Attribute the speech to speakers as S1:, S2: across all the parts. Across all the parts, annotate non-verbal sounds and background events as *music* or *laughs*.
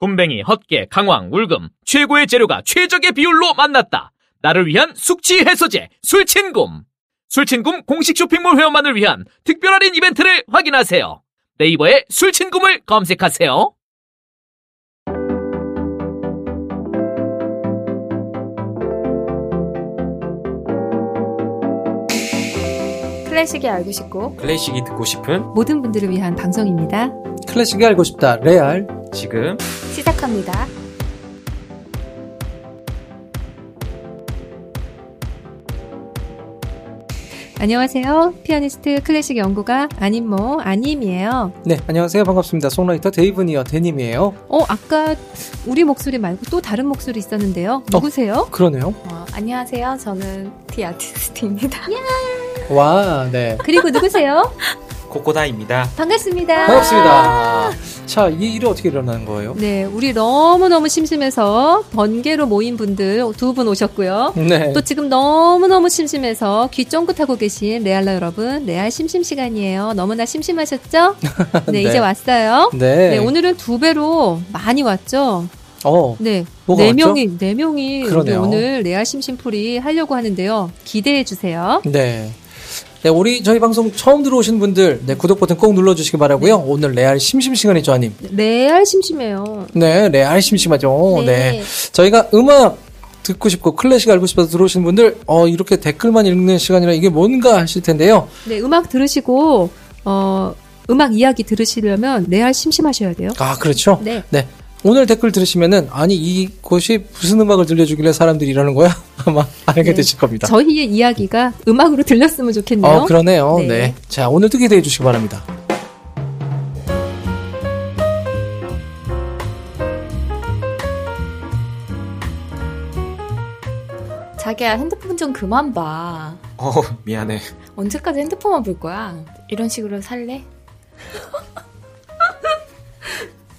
S1: 굼벵이, 헛개, 강황, 울금 최고의 재료가 최적의 비율로 만났다. 나를 위한 숙취 해소제 술친굼. 술친굼 공식 쇼핑몰 회원만을 위한 특별 할인 이벤트를 확인하세요. 네이버에 술친굼을 검색하세요.
S2: 클래식이 알고 싶고
S3: 클래식이 듣고 싶은
S2: 모든 분들을 위한 방송입니다.
S4: 클래식이 알고 싶다. 레알.
S3: 지금
S2: 시작합니다. 안녕하세요. 피아니스트 클래식 연구가 아님모 아님이에요.
S4: 네, 안녕하세요. 반갑습니다. 송라이터 데이브니어 데님이에요.
S2: 어, 아까 우리 목소리 말고 또 다른 목소리 있었는데요. 누구세요?
S4: 그러네요.
S5: 어, 안녕하세요. 저는 디 아티스트입니다.
S4: 와, 네.
S2: *laughs* 그리고 누구세요?
S3: 코코다입니다.
S2: 반갑습니다.
S4: 반갑습니다. 자, 이 일이 어떻게 일어나는 거예요?
S2: 네, 우리 너무너무 심심해서 번개로 모인 분들 두 분 오셨고요.
S4: 네.
S2: 또 지금 너무너무 심심해서 귀 쫑긋하고 계신 레알라 여러분, 레알 심심 시간이에요. 너무나
S4: *laughs*
S2: 심심하셨죠? 네,
S4: 네.
S2: 이제 왔어요.
S4: 네.
S2: 네, 오늘은 두 배로 많이 왔죠?
S4: 어,
S2: 네.
S4: 뭐가
S2: 네
S4: 왔죠?
S2: 명이, 네 명이 우리
S4: 그러네요.
S2: 오늘 레알 심심풀이 하려고 하는데요. 기대해 주세요.
S4: 네. 네, 우리 저희 방송 처음 들어오신 분들, 네, 구독 버튼 꼭 눌러주시기 바라고요
S2: 네.
S4: 오늘 레알 심심 시간이죠, 아님.
S2: 레알 심심해요.
S4: 네, 레알 심심하죠. 네. 저희가 음악 듣고 싶고 클래식 알고 싶어서 들어오신 분들, 어, 이렇게 댓글만 읽는 시간이라 이게 뭔가 하실 텐데요.
S2: 네, 음악 들으시고, 어, 음악 이야기 들으시려면 레알 심심하셔야 돼요.
S4: 아, 그렇죠.
S2: 네.
S4: 네. 오늘 댓글 들으시면은 아니 이곳이 무슨 음악을 들려주길래 사람들이 이러는 거야 *laughs* 아마 알게
S2: 네.
S4: 되실 겁니다.
S2: 저희의 이야기가 음악으로 들렸으면 좋겠네요.
S4: 어 그러네요.
S2: 네.
S4: 네. 자 오늘도 기대해 주시기 바랍니다.
S5: 자기야, 핸드폰 좀 그만 봐.
S3: 어 미안해.
S5: 언제까지 핸드폰만 볼 거야? 이런 식으로 살래?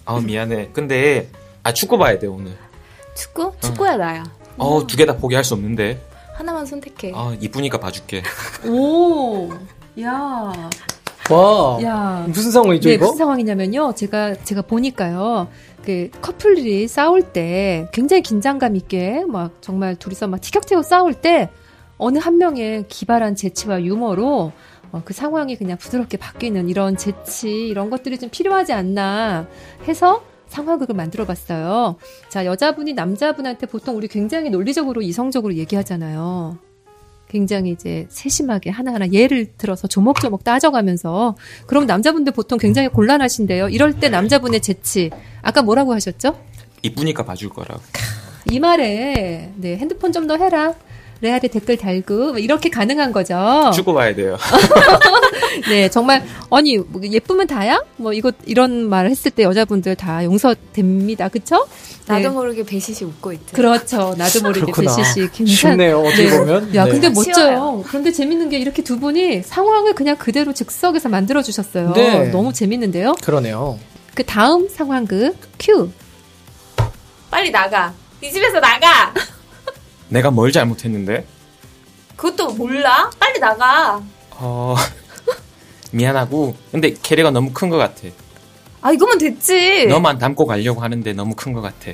S3: 아 미안해. 근데 아 축구 봐야 돼 오늘.
S5: 축구? 축구야, 나야.
S3: 어 두 개 다 포기할 수 없는데.
S5: 하나만 선택해.
S3: 아 이쁘니까 봐줄게.
S2: 오, 야,
S4: 와
S2: 야.
S4: 무슨 상황이죠
S2: 네,
S4: 이거?
S2: 무슨 상황이냐면요. 제가 제가 보니까요. 그 커플들이 싸울 때 굉장히 긴장감 있게 막 정말 둘이서 막 티격태격 싸울 때 어느 한 명의 기발한 재치와 유머로 어, 그 상황이 그냥 부드럽게 바뀌는 이런 재치 이런 것들이 좀 필요하지 않나 해서 상황극을 만들어 봤어요. 자, 여자분이 남자분한테 보통 우리 굉장히 논리적으로 이성적으로 얘기하잖아요. 굉장히 이제 세심하게 하나하나 예를 들어서 조목조목 따져가면서 그럼 남자분들 보통 굉장히 곤란하신데요. 이럴 때 남자분의 재치 아까 뭐라고 하셨죠?
S3: 이쁘니까 봐줄 거라고.
S2: 이 말에 네, 핸드폰 좀 더 해라. 레알에 댓글 달고 뭐 이렇게 가능한 거죠.
S3: 축구 봐야 돼요.
S2: 네, 정말 아니 뭐 예쁘면 다야? 뭐 이거 이런 말 했을 때 여자분들 다 용서됩니다. 그쵸?
S5: 나도
S2: 네.
S5: 모르게 배시시 웃고 있대.
S2: 그렇죠. 나도 모르게
S4: 그렇구나.
S2: 배시시 괜찮.
S4: 쉽네요 어떻게
S2: 네.
S4: 보면.
S2: 야,
S4: 네.
S2: 근데 멋져요.
S5: 쉬워요.
S2: 그런데 재밌는 게 이렇게 두 분이 상황을 그냥 그대로 즉석에서 만들어 주셨어요.
S4: 네.
S2: 너무 재밌는데요.
S4: 그러네요.
S2: 그 다음 상황극 그 큐.
S5: 빨리 나가. 이 집에서 나가!
S3: 내가 뭘 잘못했는데?
S5: 그것도 몰라? 빨리 나가!
S3: 어 미안하고 근데 캐리가 너무 큰 것 같아.
S5: 아, 이거면
S2: 네.
S5: 됐지!
S3: 너만 담고 가려고 하는데 너무 큰 것 같아.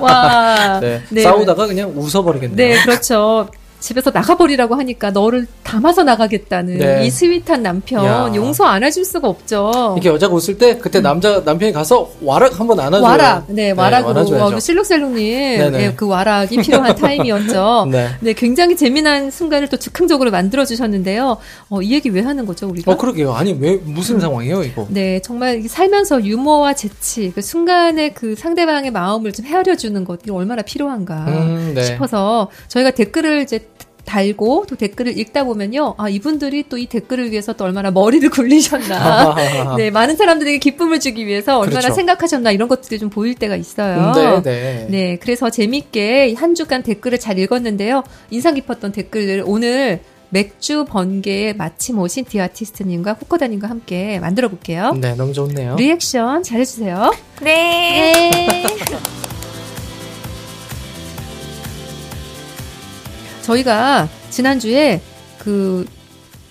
S2: 와.
S4: *laughs* 네.
S2: 네.
S4: 싸우다가 그냥 웃어버리겠네요.
S2: 네, 그렇죠. 집에서 나가버리라고 하니까 너를 담아서 나가겠다는
S4: 네.
S2: 이 스윗한 남편
S4: 야.
S2: 용서 안 해줄 수가 없죠.
S4: 이렇게 여자가 웃을 때 그때 남자 남편이 가서 와락 한번 안아줘요.
S2: 와락, 네, 와락으로
S4: 안아줘야죠.
S2: 와, 우리 실룩셀룩님
S4: 네네.
S2: 예, 그 와락이
S4: *laughs*
S2: 필요한 타임이었죠. 네.
S4: 네.
S2: 굉장히 재미난 순간을 또 즉흥적으로 만들어 주셨는데요. 어, 이 얘기 왜 하는 거죠, 우리가?
S4: 어 그러게요. 아니 왜 무슨 상황이에요 이거?
S2: 네, 정말 이게 살면서 유머와 재치, 그 순간에 그 상대방의 마음을 좀 헤아려 주는 것, 이거 얼마나 필요한가.
S4: 음, 네.
S2: 아,
S4: *laughs*
S2: 싶어서 저희가 댓글을 이제 달고 또 댓글을 읽다 보면요. 아, 이분들이 또 이 댓글을 위해서 또 얼마나 머리를 *laughs*
S4: *laughs*
S2: 굴리셨나. 네, 많은 사람들에게 기쁨을 주기 위해서 얼마나
S4: 그렇죠.
S2: 생각하셨나 이런 것들이 좀 보일 때가 있어요.
S4: 네, 네.
S2: 네, 그래서 재밌게 한 주간 댓글을 잘 읽었는데요. 인상 깊었던 댓글을 오늘 맥주 번개에 마침 오신 디아티스트님과 코코다님과 함께 만들어 볼게요.
S4: 네, 너무 좋네요.
S2: 리액션 잘해주세요.
S5: 네.
S2: 저희가 지난주에 그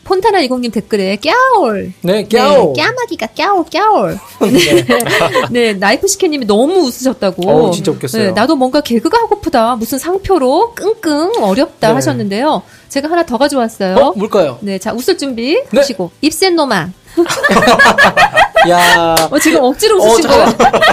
S2: 폰타나 이공님 댓글에 깨올.
S4: 네, 깨오.
S2: 네, 까마귀가 깨올 깨올. *laughs* 네, 나이프 시케님이 너무 웃으셨다고.
S4: 어우, 진짜 웃겼어요.
S2: 네, 나도 뭔가 개그가 하고프다. 무슨 상표로 끙끙 어렵다
S4: 네.
S2: 하셨는데요. 제가 하나 더 가져왔어요.
S4: 어, 뭘까요?
S2: 네, 자 웃을 준비
S4: 네.
S2: 하시고 입센 놈아.
S4: 야,
S2: 어, 지금 억지로
S4: 어,
S2: 웃으신 거예요?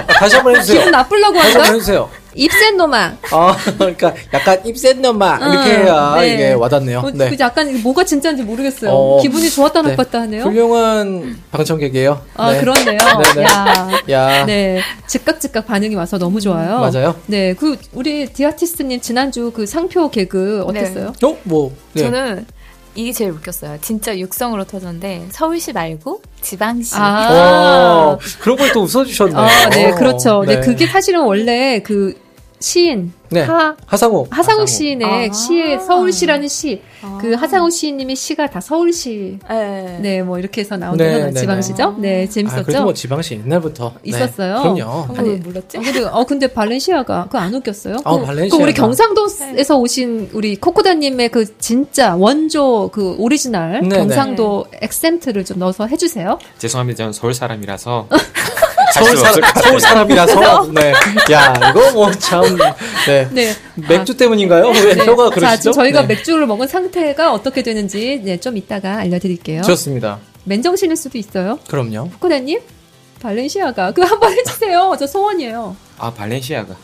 S4: 다시 한번
S2: 기분
S4: 해주세요.
S2: 나쁘려고 한
S4: 다시 한번
S2: 거야?
S4: 해주세요.
S2: 입센 놈아.
S4: 아, *laughs* 그러니까 약간 입센 놈아 이렇게
S2: 응,
S4: 해야
S2: 네.
S4: 이게 와닿네요.
S2: 어,
S4: 네.
S2: 그 약간 뭐가 진짜인지 모르겠어요.
S4: 어,
S2: 기분이 좋았다
S4: 네.
S2: 나빴다 하네요.
S4: 훌륭한 방청객이에요.
S2: 아
S4: 네.
S2: 그렇네요.
S4: 네, 네.
S2: 야.
S4: 야,
S2: 네, 즉각 즉각 반응이 와서 너무 좋아요.
S4: 맞아요.
S2: 네, 그 우리 디아티스트님 지난주 그 상표 개그 어땠어요?
S4: 어, 뭐, 네.
S5: 저는 이게 제일 웃겼어요. 진짜 육성으로 터졌는데 서울시 말고 지방시.
S2: 아,
S4: 와, 어, 그런 걸 또 웃어주셨네.
S2: 아, 네, 그렇죠.
S4: 네.
S2: 네, 그게 사실은 원래 그 시인
S4: 네.
S2: 하
S4: 하상호.
S2: 하상욱
S3: 하상욱.
S2: 시인의
S5: 아.
S2: 시에 서울시라는 시,
S5: 어.
S2: 그 하상욱 시인님의 시가 다 서울시,
S5: 네.
S2: 네, 뭐 이렇게 해서 나온
S4: 네,
S2: 데가
S4: 네, 네.
S2: 지방시죠? 네,
S4: 아, 그래도
S2: 재밌었죠?
S4: 뭐 지방시 옛날부터 네.
S2: 있었어요.
S4: 그럼요.
S5: 어, 왜 몰랐지?
S2: 어, 근데, 어, 근데 발렌시아가 그거 안 웃겼어요?
S4: 어,
S2: 그,
S4: 발렌시아가.
S2: 그 우리 경상도에서 오신 우리 코코다님의 그 진짜 원조 그 오리지널
S4: 네,
S2: 경상도 액센트를 좀 넣어서 해주세요.
S3: 죄송합니다. 저는 서울 사람이라서
S4: 서울
S3: 할수 없을 것
S4: 사람,
S3: 같아요.
S4: 서울 사람이라서.
S2: 어.
S4: 네. 야, 이거 뭐 참. 네.
S2: 네.
S4: 맥주 때문인가요? 왜
S2: 네.
S4: 혀가
S2: 자, 지금
S4: 그러시죠?
S2: 저희가
S4: 네.
S2: 맥주를 먹은 상태가 어떻게 되는지 네, 좀 이따가 알려드릴게요.
S4: 좋습니다.
S2: 맨정신일 수도 있어요.
S4: 그럼요.
S2: 코코다님, 발렌시아가 그 한번 해주세요. 저 소원이에요.
S3: 아 발렌시아가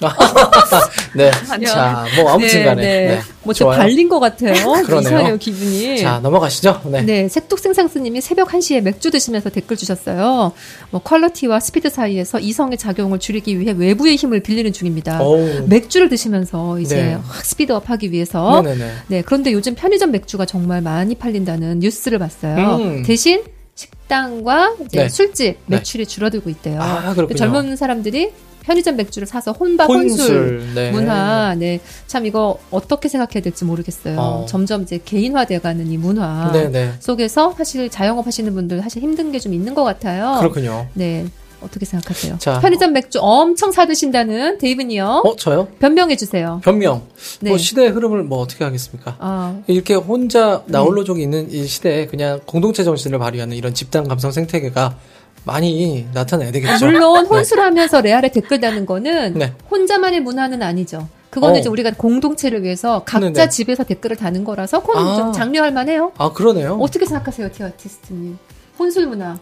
S4: *laughs* 네.
S5: 아니요.
S4: 자, 뭐 아무튼 간에. 네.
S2: 뭐저
S4: 좋아요.
S2: 발린 것 같아요.
S4: *laughs* 그러네요.
S2: 이상해요 기분이.
S4: 자, 넘어가시죠. 네.
S2: 네, 색독생상스님이 새벽 1시에 맥주 드시면서 댓글 주셨어요. 뭐 퀄리티와 스피드 사이에서 이성의 작용을 줄이기 위해 외부의 힘을 빌리는 중입니다.
S4: 어우.
S2: 맥주를 드시면서 이제
S4: 네.
S2: 확 스피드업하기 위해서.
S4: 네네네.
S2: 네, 그런데 요즘 편의점 맥주가 정말 많이 팔린다는 뉴스를 봤어요.
S4: 음.
S2: 대신 식당과 이제
S4: 네.
S2: 술집 매출이 줄어들고 있대요.
S4: 아, 그렇군요.
S2: 젊은 사람들이 편의점 맥주를 사서 혼밥 혼술
S4: 네.
S2: 문화, 네. 참 이거 어떻게 생각해야 될지 모르겠어요.
S4: 어.
S2: 점점 이제 개인화돼가는 이 문화
S4: 네네.
S2: 속에서 사실 자영업 하시는 분들 사실 힘든 게 좀 있는 것 같아요.
S4: 그렇군요.
S2: 네. 어떻게 생각하세요?
S4: 자.
S2: 편의점 맥주 엄청 사드신다는 데이브니요.
S4: 어, 저요?
S2: 변명해 주세요.
S4: 변명.
S2: 네.
S4: 뭐 시대의 흐름을 뭐 어떻게 하겠습니까?
S2: 아,
S4: 이렇게 혼자
S2: 네.
S4: 나홀로 족이 있는 이 시대에 그냥 공동체 정신을 발휘하는 이런 집단 감성 생태계가 많이 나타나야 되겠죠.
S2: 물론
S4: 네.
S2: 혼술하면서 레알에 댓글 다는 거는
S4: 네.
S2: 혼자만의 문화는 아니죠. 그거는
S4: 어.
S2: 이제 우리가 공동체를 위해서 각자
S4: 네네.
S2: 집에서 댓글을 다는 거라서 그건
S4: 아.
S2: 좀 장려할 만해요.
S4: 아 그러네요.
S2: 어떻게 생각하세요, 디아티스트님? 혼술 문화.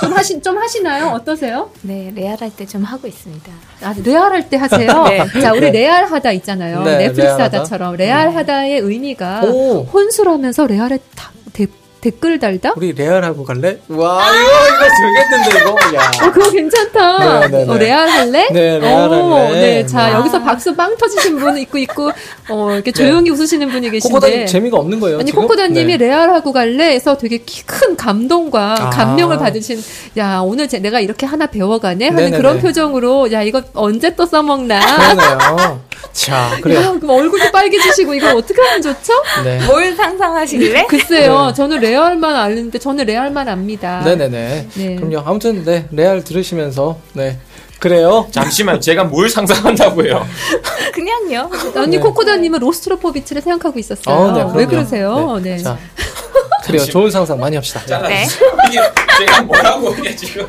S2: 좀 하시, 좀 하시나요? 어떠세요?
S5: 네, 레알할 때 좀 하고 있습니다.
S2: 아, 레알 할 때
S4: *laughs*
S2: 하세요? 자, 우리 레알 하다 있잖아요.
S4: 네,
S2: 넷플릭스
S4: 레알하다. 음.
S2: 하다처럼. 레알 하다의 의미가
S4: 오
S2: 혼술 하면서 레알에 다- 데- 댓글 달다?
S4: 우리 레알하고 갈래?
S2: 아!
S4: 와 이거 이거 즐겼는데 이거. 야.
S2: 어, 그거 괜찮다.
S4: 아, 네, 네, 네.
S2: 어, 레알 할래?
S4: 네, 레알
S2: 오,
S4: 할래. 음.
S2: 네, 자,
S5: 와.
S2: 여기서 박수 빵 터지신 분 있고, 있고, 어, 이렇게 조용히 웃으시는 분이
S4: 네. 코코다님
S2: 계신데.
S4: 재미가 없는 거예요.
S2: 아니
S4: 지금?
S2: 코코다님이
S4: 네.
S2: 레알하고 갈래에서 되게 키- 큰 감동과
S4: 아.
S2: 감명을 받으신 야 오늘 제, 내가 이렇게 하나 배워가네 하는
S4: 네네네.
S2: 그런 표정으로 야 이거 언제 또
S4: *laughs*
S2: 써먹나
S4: 그러네요. 자 그래요.
S2: 야, 아, 그럼 얼굴도 빨개지시고 이걸 어떻게 하면 좋죠?
S4: 네.
S5: 뭘 *laughs* 상상하시길래?
S2: 글쎄요 저는 레알만 아는데 저는 레알만 압니다.
S4: 네네네.
S2: 네.
S4: 그럼요. 아무튼 네 레알 들으시면서 네 그래요.
S3: 잠시만 제가 뭘 상상한다고요?
S5: 그냥요.
S2: 언니
S4: 네.
S2: 코코다님은 로스트로포비치를 생각하고 있었어요.
S4: 어, 네,
S2: 왜
S4: 그럼요.
S2: 그러세요? 네.
S4: 자 그래요. 좋은 상상 많이 합시다. 자,
S5: 네.
S3: 이게 제가 뭐라고 이게 지금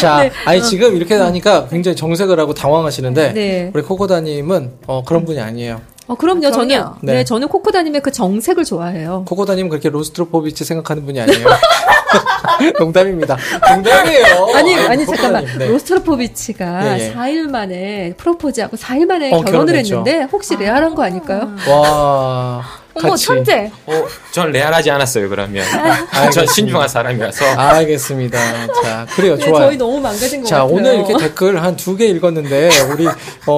S4: 자,
S2: 네.
S4: 아니 지금 이렇게 하니까 굉장히 정색을 하고 당황하시는데
S2: 어. 네.
S4: 우리 코코다님은 어, 그런 분이 아니에요.
S2: 어, 그럼요. 저는
S5: 그럼요.
S2: 네.
S4: 네.
S2: 저는 코코다님의 그 정색을 좋아해요.
S4: 코코다님은 그렇게 로스트로포비치 생각하는 분이 아니에요. *laughs* 농담입니다. 농담이에요.
S2: 아니, 아니, 잠깐만.
S4: 코코다님, 네.
S2: 로스트로포비치가
S4: 예, 예.
S2: 4일 만에 프로포즈하고 4일 만에
S4: 어,
S2: 결혼을
S4: 결혼했죠.
S2: 했는데 혹시 레알한 거 아닐까요?
S4: 와,
S5: 어머
S4: 같이.
S5: 천재.
S3: 어, 전 레알하지 않았어요 그러면 전
S4: 아, 알겠습니다. 아,
S3: 신중한 사람이라서
S4: 알겠습니다. 자, 그래요.
S2: 네,
S4: 좋아요.
S2: 저희 너무 망가진 것
S4: 자,
S2: 같아요.
S4: 오늘 이렇게 댓글 한 두 개 읽었는데 우리 어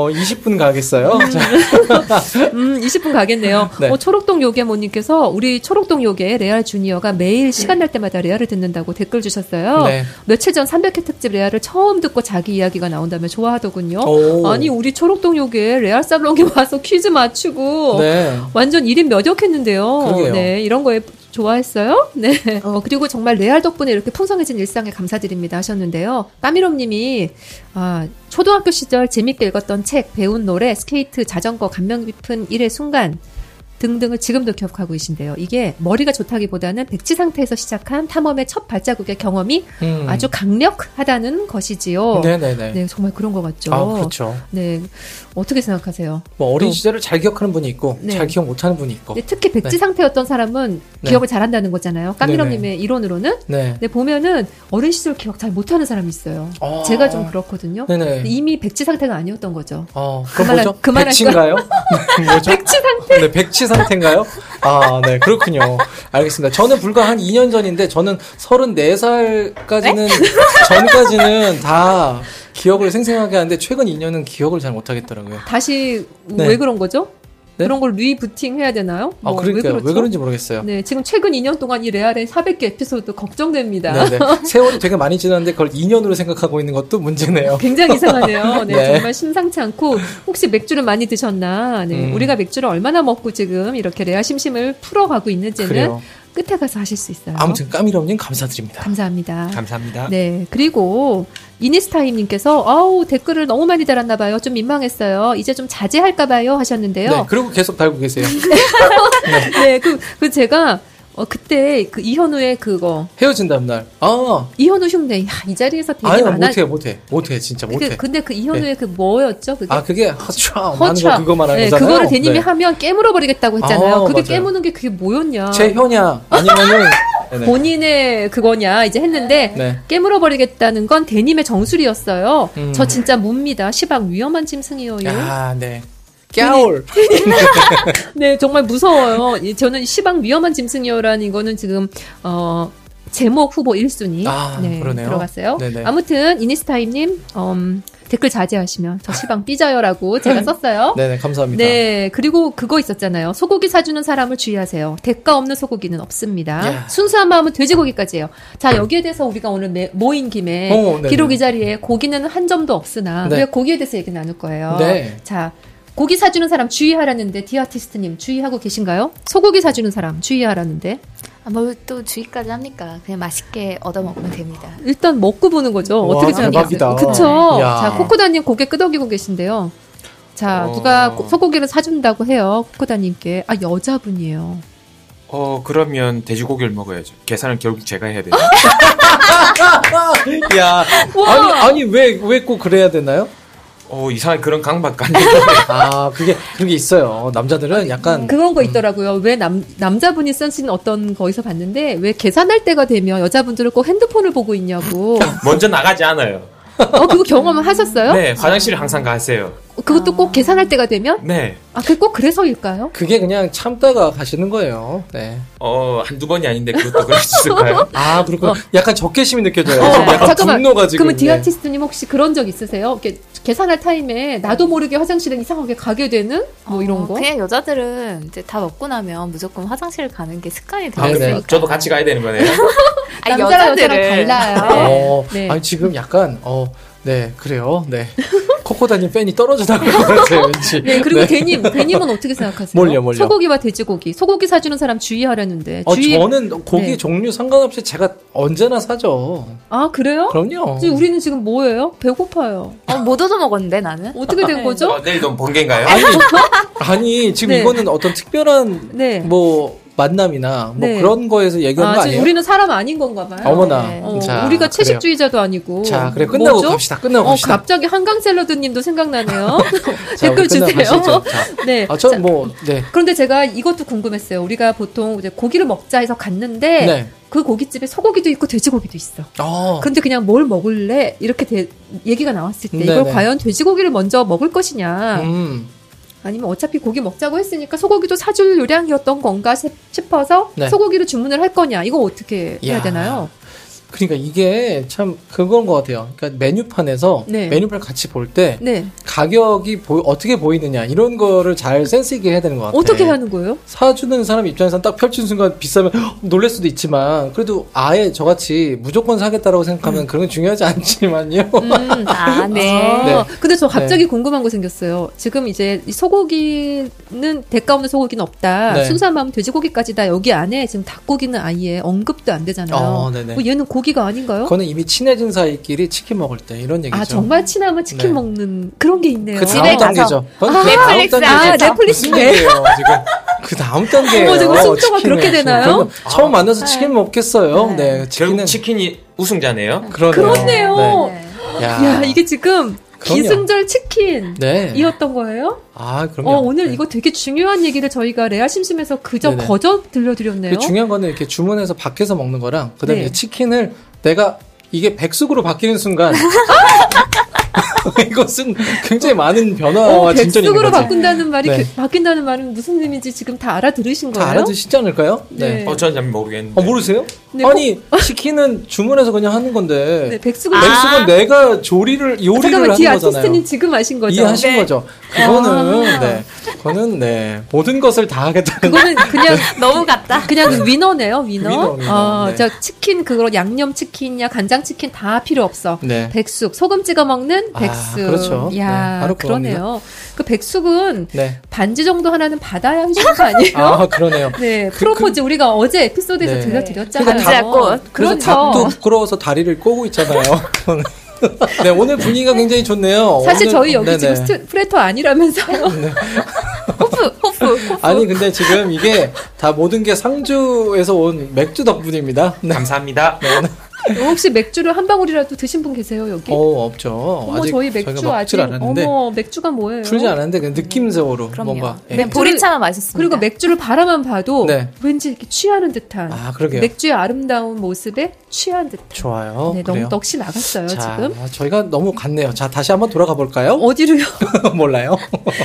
S4: 20분 가겠어요. 자,
S2: 음, 20분 가겠네요.
S4: 네.
S2: 어, 초록동 요괴 모님께서 우리 초록동 요괴 레알 주니어가 매일 시간 날 때마다 레알을 듣는다고 댓글 주셨어요.
S4: 네.
S2: 며칠 전 300회 특집 레알을 처음 듣고 자기 이야기가 나온다며 좋아하더군요.
S4: 오.
S2: 어? 아니, 우리 초록동 요괴 레알 살롱에 와서 퀴즈 맞추고
S4: 네.
S2: 완전 1인 몇역했는데요.
S4: 그러게요.
S2: 네, 이런 거에 좋아했어요. *laughs* 네. 어, 그리고 정말 레알 덕분에 이렇게 풍성해진 일상에 감사드립니다 하셨는데요. 까미롬님이 아, 초등학교 시절 재밌게 읽었던 책, 배운 노래, 스케이트, 자전거, 감명 깊은 일의 순간. 등등을 지금도 기억하고 계신데요. 이게 머리가 좋다기보다는 백지 상태에서 시작한 탐험의 첫 발자국의 경험이
S4: 음.
S2: 아주 강력하다는 것이지요. 네.
S4: 네네네.
S2: 정말 그런 것 같죠.
S4: 아 그렇죠.
S2: 네, 어떻게 생각하세요?
S4: 뭐 어린
S2: 또-
S4: 시절을 잘 기억하는 분이 있고
S2: 네.
S4: 잘 기억 못하는 분이 있고.
S2: 근데 특히 백지
S4: 네.
S2: 상태였던 사람은
S4: 네.
S2: 기억을 잘한다는 거잖아요. 깡미럼님의 이론으로는.
S4: 네.
S2: 근데 보면은 어린 시절 기억 잘 못하는 사람이 있어요.
S4: 아.
S2: 제가 좀 그렇거든요.
S4: 네네.
S2: 근데 이미 백지 상태가 아니었던 거죠.
S4: 어, 그럼
S2: 그만할-
S4: 뭐죠?
S2: 그만할
S4: 백치인가요? *laughs* 네, 뭐죠?
S2: 백지 상태.
S4: 네, 백치 상태인가요? 아, 네, 그렇군요. 알겠습니다. 저는 불과 한 2년 전인데, 저는 34살까지는,
S2: 네?
S4: *laughs* 전까지는 다 기억을 생생하게 하는데, 최근 2년은 기억을 잘 못하겠더라고요. 아,
S2: 다시
S4: 네.
S2: 왜 그런 거죠?
S4: 네?
S2: 그런 걸 리부팅 해야 되나요?
S4: 아,
S2: 뭐,
S4: 그러니까요. 왜,
S2: 그렇죠?
S4: 그런지 모르겠어요.
S2: 네, 지금 최근 2년 동안 이 레알의 400개 에피소드 걱정됩니다.
S4: 네, 네. 세월이 되게 많이 지났는데, 그걸 2년으로 생각하고 있는 것도
S2: *laughs*
S4: 문제네요.
S2: 굉장히 이상하네요. 네,
S4: 네.
S2: 정말 심상치 않고 혹시 맥주를 많이 드셨나? 네,
S4: 음.
S2: 우리가 맥주를 얼마나 먹고 지금 이렇게 레알 심심을 풀어가고 있는지는
S4: 그래요.
S2: 끝에 가서 하실 수 있어요.
S4: 아무튼, 까미럼님 감사드립니다.
S2: 감사합니다.
S3: 감사합니다.
S2: 네, 그리고 이니스타임님께서 아우 댓글을 너무 많이 달았나 봐요. 좀 민망했어요. 이제 좀 자제할까 봐요 하셨는데요.
S4: 네, 그리고 계속 달고 계세요.
S2: *laughs* 네, 그, 그 제가 어, 그때 그 이현우의 그거
S4: 헤어진 다음날. 아,
S2: 이현우 흉내 야, 이 자리에서 되게
S4: 아니,
S2: 많아.
S4: 못해, 못해. 못해, 진짜
S2: 근데,
S4: 못해. 네.
S2: 근데 그 이현우의 그 뭐였죠? 그게
S4: 아, 그게 허차, 하는
S2: 허차.
S4: 거 그거 말하는
S2: 네,
S4: 거잖아요.
S2: 그거를 대님이
S4: 네.
S2: 하면 깨물어 버리겠다고 했잖아요.
S4: 아,
S2: 그게
S4: 맞아요.
S2: 깨무는 게 그게 뭐였냐?
S4: 제 효냐
S2: *laughs*
S4: 아니면은 네네.
S2: 아. 본인의 그거냐 이제 했는데
S4: 네.
S2: 깨물어 버리겠다는 건 대님의 정술이었어요.
S4: 음.
S2: 저 진짜 뭡니다. 시방 위험한 짐승이요.
S4: 아, 네. 깨울.
S2: 네, 정말 무서워요. 이- 저는 시방 위험한 짐승이요라는 이거는 지금 어 제목 후보 1순위
S4: 아, 그러네요.
S2: 들어갔어요.
S4: 네네.
S2: 아무튼 이니스타임님 음, 댓글 자제하시면 저 시방 삐져요라고 제가 썼어요.
S4: 네네, 감사합니다.
S2: 네, 그리고 그거 있었잖아요. 소고기 사주는 사람을 주의하세요. 대가 없는 소고기는 없습니다.
S4: 야.
S2: 순수한 마음은 돼지고기까지예요. 자, 여기에 대해서 우리가 오늘 매- 모인 김에
S4: 어, 네네.
S2: 기록 이 자리에 고기는 한 점도 없으나
S4: 네.
S2: 우리가 고기에 대해서 얘기 나눌 거예요.
S4: 네.
S2: 자, 고기 사주는 사람 주의하라는데 디아티스트님 주의하고 계신가요? 소고기 사주는 사람 주의하라는데
S5: 아, 뭘또 주의까지 합니까? 그냥 맛있게 얻어 먹으면 됩니다.
S2: 일단 먹고 보는 거죠.
S4: 와,
S2: 어떻게 생각하세요?
S4: 대박이다.
S2: 그쵸?
S4: 야.
S2: 자, 코코다님 고개 끄덕이고 계신데요. 자,
S3: 어.
S2: 누가 고- 소고기를 사준다고 해요. 코코다님께. 아, 여자분이에요.
S3: 어 그러면 돼지고기를 먹어야죠. 계산은 결국 제가 해야 돼요.
S4: *laughs* 야, 아니, 아니, 왜, 왜 꼭 그래야 되나요?
S3: 어 이상하게 그런 강박관념. *laughs*
S4: 아, 그게, 그런 게 있어요. 남자들은 약간.
S2: 그런 거 있더라고요. 왜 남, 남자분이 쓰신 어떤 거기서 봤는데, 왜 계산할 때가 되면 여자분들은 꼭 핸드폰을 보고 있냐고.
S3: 먼저 나가지 않아요.
S2: 어, 그거 경험을
S4: 음.
S2: 하셨어요?
S3: 네 화장실을 항상 가세요.
S2: 그것도 꼭 계산할 때가 되면?
S3: 네.
S2: 아, 그게 꼭 그래서일까요?
S4: 그게 그냥 참다가 가시는 거예요. 네.
S3: 어, 한두 번이 아닌데 그것도 그럴 수
S4: *laughs*
S3: 있을까요?
S4: 아, 그렇군. 약간 적개심이 느껴져요.
S2: 어,
S4: 지금 약간
S2: 잠깐만.
S4: 분노가 지금.
S2: 그러면
S4: 네.
S2: 디아티스트님 혹시 그런 적 있으세요? 이렇게 계산할 타임에 나도 모르게 화장실에 이상하게 가게 되는? 뭐 이런
S5: 어,
S2: 거?
S5: 그냥 여자들은 이제 다 먹고 나면 무조건 화장실 가는 게 습관이 되어
S4: 아,
S5: 있으니까.
S4: 그래요?
S3: 저도 같이 가야 되는 거네요.
S5: 아니,
S2: 남자랑
S5: 여자들은.
S2: 여자랑 달라요.
S4: 어,
S2: 네.
S4: 아니, 지금 약간, 어, 네, 그래요.
S2: *laughs*
S4: 네. 코코다님 팬이 떨어져나갈 *laughs* 것 같아요, 왠지.
S2: 네, 그리고 데님, 데님은 어떻게 생각하세요?
S4: 뭘요, 뭘요?
S2: 소고기와 돼지고기. 소고기 사주는 사람 주의하라는데.
S4: 어,
S2: 주의...
S4: 저는 고기
S2: 네.
S4: 종류 상관없이 제가 언제나 사죠.
S2: 아, 그래요?
S4: 그럼요.
S2: 지금 우리는 지금 뭐예요? 배고파요.
S5: 어, 못 얻어 먹었는데 나는.
S2: 어떻게 된
S5: 네.
S2: 거죠?
S3: 어, 내일 돈
S2: *laughs*
S3: 번개인가요?
S4: 아니, 뭐, 아니 지금
S2: 네.
S4: 이거는 어떤 특별한
S2: 네.
S4: 뭐 만남이나 뭐
S2: 네.
S4: 그런 거에서 얘기한 거
S2: 아, 지금
S4: 아니에요?
S2: 우리는 사람 아닌 건가 봐요.
S4: 어머나.
S5: 네.
S2: 어,
S4: 자,
S2: 우리가
S4: 그래요.
S2: 채식주의자도 아니고.
S4: 자, 그래 끝나고
S2: 뭐죠?
S4: 갑시다. 끝나고
S2: 어,
S4: 갑시다.
S2: 갑자기 한강 샐러드님도
S4: *laughs*
S2: 생각나네요.
S4: 자,
S2: 댓글
S4: 우리 끝나고
S2: 주세요.
S4: 가시죠. 자,
S2: 네.
S4: 아,
S2: 자,
S4: 저는 뭐 네.
S2: 그런데 제가 이것도 궁금했어요. 우리가 보통 이제 고기를 먹자 해서 갔는데
S4: 네.
S2: 그 고깃집에 소고기도 있고 돼지고기도 있어.
S4: 어.
S2: 근데 그냥 뭘 먹을래 이렇게 대- 얘기가 나왔을 때 이걸
S4: 네네.
S2: 과연 돼지고기를 먼저 먹을 것이냐
S4: 음.
S2: 아니면 어차피 고기 먹자고 했으니까 소고기도 사줄 요량이었던 건가 싶- 싶어서
S4: 네.
S2: 소고기를 주문을 할 거냐 이거 어떻게 해야
S4: 야.
S2: 되나요?
S4: 그러니까 이게 참 그건 것 같아요. 그러니까 메뉴판에서
S2: 네.
S4: 메뉴판 같이 볼 때
S2: 네
S4: 가격이 보- 어떻게 보이느냐 이런 거를 잘 센스 있게 해야 되는 것 같아요.
S2: 어떻게 하는 거예요?
S4: 사주는 사람 입장에선 딱 펼친 순간 비싸면 *gasps* 헉, 놀랄 수도 있지만 그래도 아예 저같이 무조건 사겠다라고 생각하면 그런 건 중요하지
S2: *laughs*
S4: 않지만요.
S2: 음.
S5: 아, 네.
S2: 아,
S4: *laughs*
S2: 근데 저 갑자기
S4: 네.
S2: 궁금한 거 생겼어요. 지금 이제 이 소고기는 대가 없는 소고기는 없다.
S4: 네.
S2: 순수한 마음 돼지고기까지다. 여기 안에 지금 닭고기는 아예 언급도 안 되잖아요.
S4: 어, 네네.
S2: 뭐 얘는 고기가 아닌가요?
S4: 그거는 이미 친해진 사이끼리 치킨 먹을 때 이런 얘기죠.
S2: 아 정말 친하면 치킨
S4: 네.
S2: 먹는 그런 게 있네요.
S4: 그
S5: 집에
S4: 다음
S5: 가서.
S4: 단계죠. 그건
S2: 아,
S4: 다음
S5: 넷플릭스,
S4: 단계죠.
S2: 아, 넷플릭스.
S4: 무슨 얘기예요 지금? 그 다음 단계예요.
S2: *laughs* 어머, 지금 숙소가
S4: 치킨을.
S2: 그렇게 되나요? 아,
S4: 그럼요. 처음 만나서 치킨 먹겠어요.
S5: 네.
S4: 네,
S3: 결국
S4: 치킨은
S3: 치킨이 우승자네요.
S4: 그러네요.
S5: 어,
S2: 그렇네요.
S4: 네. 야,
S2: 야, 이게 지금
S4: 그럼요.
S2: 기승절 치킨.
S4: 네.
S2: 이었던 거예요?
S4: 아, 그럼요.
S2: 어, 오늘
S4: 네.
S2: 이거 되게 중요한 얘기를 저희가 레아 심심해서 그저
S4: 네네.
S2: 거저
S4: 그
S2: 들려드렸네요.
S4: 중요한 거는 이렇게 주문해서 밖에서 먹는 거랑 그다음에
S2: 네.
S4: 치킨을 내가 이게 백숙으로 바뀌는
S2: *laughs*
S4: 순간 이것은 굉장히 많은 변화와
S2: 어,
S4: 진전인
S2: 백숙으로
S4: 거죠.
S2: 바꾼다는 말이
S4: 네.
S2: 그- 바뀐다는 말은 무슨 의미인지 지금 다 알아들으신 거예요?
S4: 다 알아주시지 않을까요?
S2: 네.
S4: 네.
S3: 어, 저는 잘 모르겠는데.
S4: 어 모르세요?
S2: 네,
S4: 아니 *laughs* 치킨은 주문해서 그냥 하는 건데
S2: 네, 백숙으로
S5: 아,
S4: 백숙은 내가 조리를 요리를
S2: 잠깐만 뒤
S4: 하는
S2: 아티스트님
S4: 거잖아요.
S2: 지금 아신 거죠? 아.
S4: 이해하신
S5: 네.
S4: 거죠? 그거는 네, 그거는 네 모든 것을 다 하겠다는
S2: 그거는 그냥
S5: 너무
S4: *laughs*
S5: 같다.
S2: 그냥 위너네요, 위너.
S4: 위너, 위너.
S2: 어,
S4: 네.
S2: 저 치킨 그거 양념 치킨이야, 간장 치킨 다 필요 없어.
S4: 네.
S2: 백숙, 소금 찍어 먹는
S4: 아,
S2: 백숙.
S4: 그렇죠.
S2: 야,
S4: 네, 바로
S2: 그러네요. 그 백숙은
S4: 네.
S2: 반지 정도 하나는 받아야 하시는 거 아니에요?
S4: 아 *laughs* 그러네요.
S2: 네, 프로포즈 우리가 어제 에피소드에서
S4: 네.
S2: 들려드렸잖아요.
S5: 반지와 꽃.
S4: 그래서
S2: 그렇죠.
S4: 닭도 부끄러워서 다리를 꼬고 있잖아요. *laughs* 네, 오늘 분위기가 굉장히 좋네요.
S2: 사실
S4: 오늘-
S2: 저희 여기
S4: 네네.
S2: 지금 스튜, 프레터 아니라면서요.
S4: *laughs*
S5: 호프, 호프, 호프.
S4: 아니 근데 지금 이게 다 모든 게 상주에서 온 맥주 덕분입니다. 네.
S3: 감사합니다.
S2: 어, 혹시 맥주를 한 방울이라도 드신 분 계세요, 여기?
S4: 어 없죠.
S2: 어머, 저희 맥주
S4: 저희가
S2: 아직,
S4: 먹질 않았는데
S2: 어머, 맥주가 뭐예요?
S4: 풀지 않았는데 그냥 느낌적으로
S5: 그럼요.
S4: 뭔가 예.
S2: 네,
S5: 그냥 보리차만 마셨습니다.
S2: 그리고 맥주를 바라만 봐도
S4: 네.
S2: 왠지 이렇게 취하는 듯한
S4: 아 그러게요.
S2: 맥주의 아름다운 모습에 취한 듯한
S4: 좋아요.
S2: 네, 너무
S4: 그래요.
S2: 넋이 나갔어요
S4: 자,
S2: 지금
S4: 저희가 너무 갔네요. 자, 다시 한번 돌아가 볼까요?
S2: 어디로요? *laughs*
S4: *laughs* 몰라요.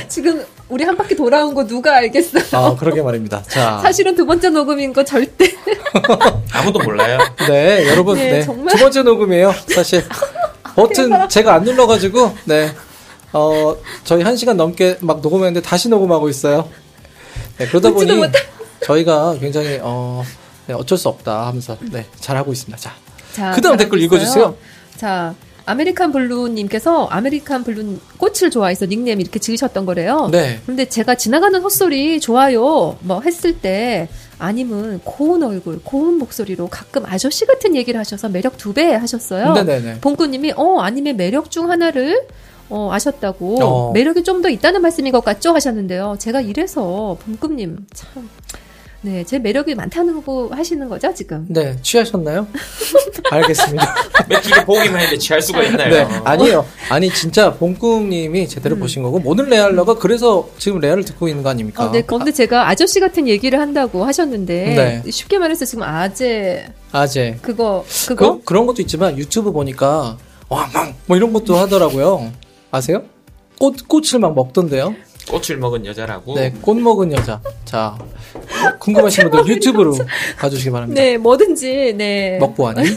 S2: 지금 우리 한 바퀴 돌아온 거 누가 알겠어?
S4: 아, 그러게 말입니다. 자,
S2: 사실은 두 번째 녹음인 거 절대
S3: 아무도 몰라요.
S4: 네, 여러분,
S2: 네,
S4: 네,
S2: 정말.
S4: 두 번째 녹음이에요, 사실. 버튼 제가 안 눌러가지고, 네. 어, 저희 한 시간 넘게 막 녹음했는데 다시 녹음하고 있어요. 네, 그러다
S2: 웃지도
S4: 보니
S2: 못하-
S4: 저희가 굉장히, 어, 네, 어쩔 수 없다 하면서, 네, 잘하고 있습니다. 자,
S2: 자,
S4: 그다음 댓글
S2: 있어요.
S4: 읽어주세요.
S2: 자, 아메리칸 블루님께서 아메리칸 블루 꽃을 좋아해서 닉네임 이렇게 지으셨던 거래요.
S4: 네.
S2: 그런데 제가 지나가는 헛소리 좋아요 뭐 했을 때 아니면 고운 얼굴, 고운 목소리로 가끔 아저씨 같은 얘기를 하셔서 매력 두 배 하셨어요.
S4: 네네네.
S2: 봉구님이 어 아니면 매력 중 하나를 어, 아셨다고
S4: 어.
S2: 매력이 좀 더 있다는 말씀인 것 같죠 하셨는데요. 제가 이래서 봉구님 참. 네, 제 매력이 많다는 거 하시는 거죠, 지금?
S4: 네,
S2: *laughs*
S4: 취하셨나요? 알겠습니다.
S3: 맥주를 보기만 했는데 취할 수가 있나요?
S4: 네, 아니에요. 아니, 진짜 봉꿈님이
S2: 음.
S4: 제대로 보신 거고, 오늘 레알러가 그래서 지금 레알을 듣고 있는 거 아닙니까?
S2: 어, 네, 그런데 제가 아저씨 같은 얘기를 한다고 하셨는데
S4: 네.
S2: 쉽게 말해서 지금 아재
S4: 아재. 네.
S2: 그거 그거
S4: 그, 그런 것도 있지만 유튜브 보니까 와망 뭐 이런 것도 하더라고요. 아세요? 꽃 꽃을 막 먹던데요.
S3: 꽃을 먹은 여자라고.
S4: 네, 꽃 먹은 여자. 자, 궁금하신 분들 유튜브로 봐주시기 바랍니다.
S2: 네 뭐든지 네
S4: 먹보아님.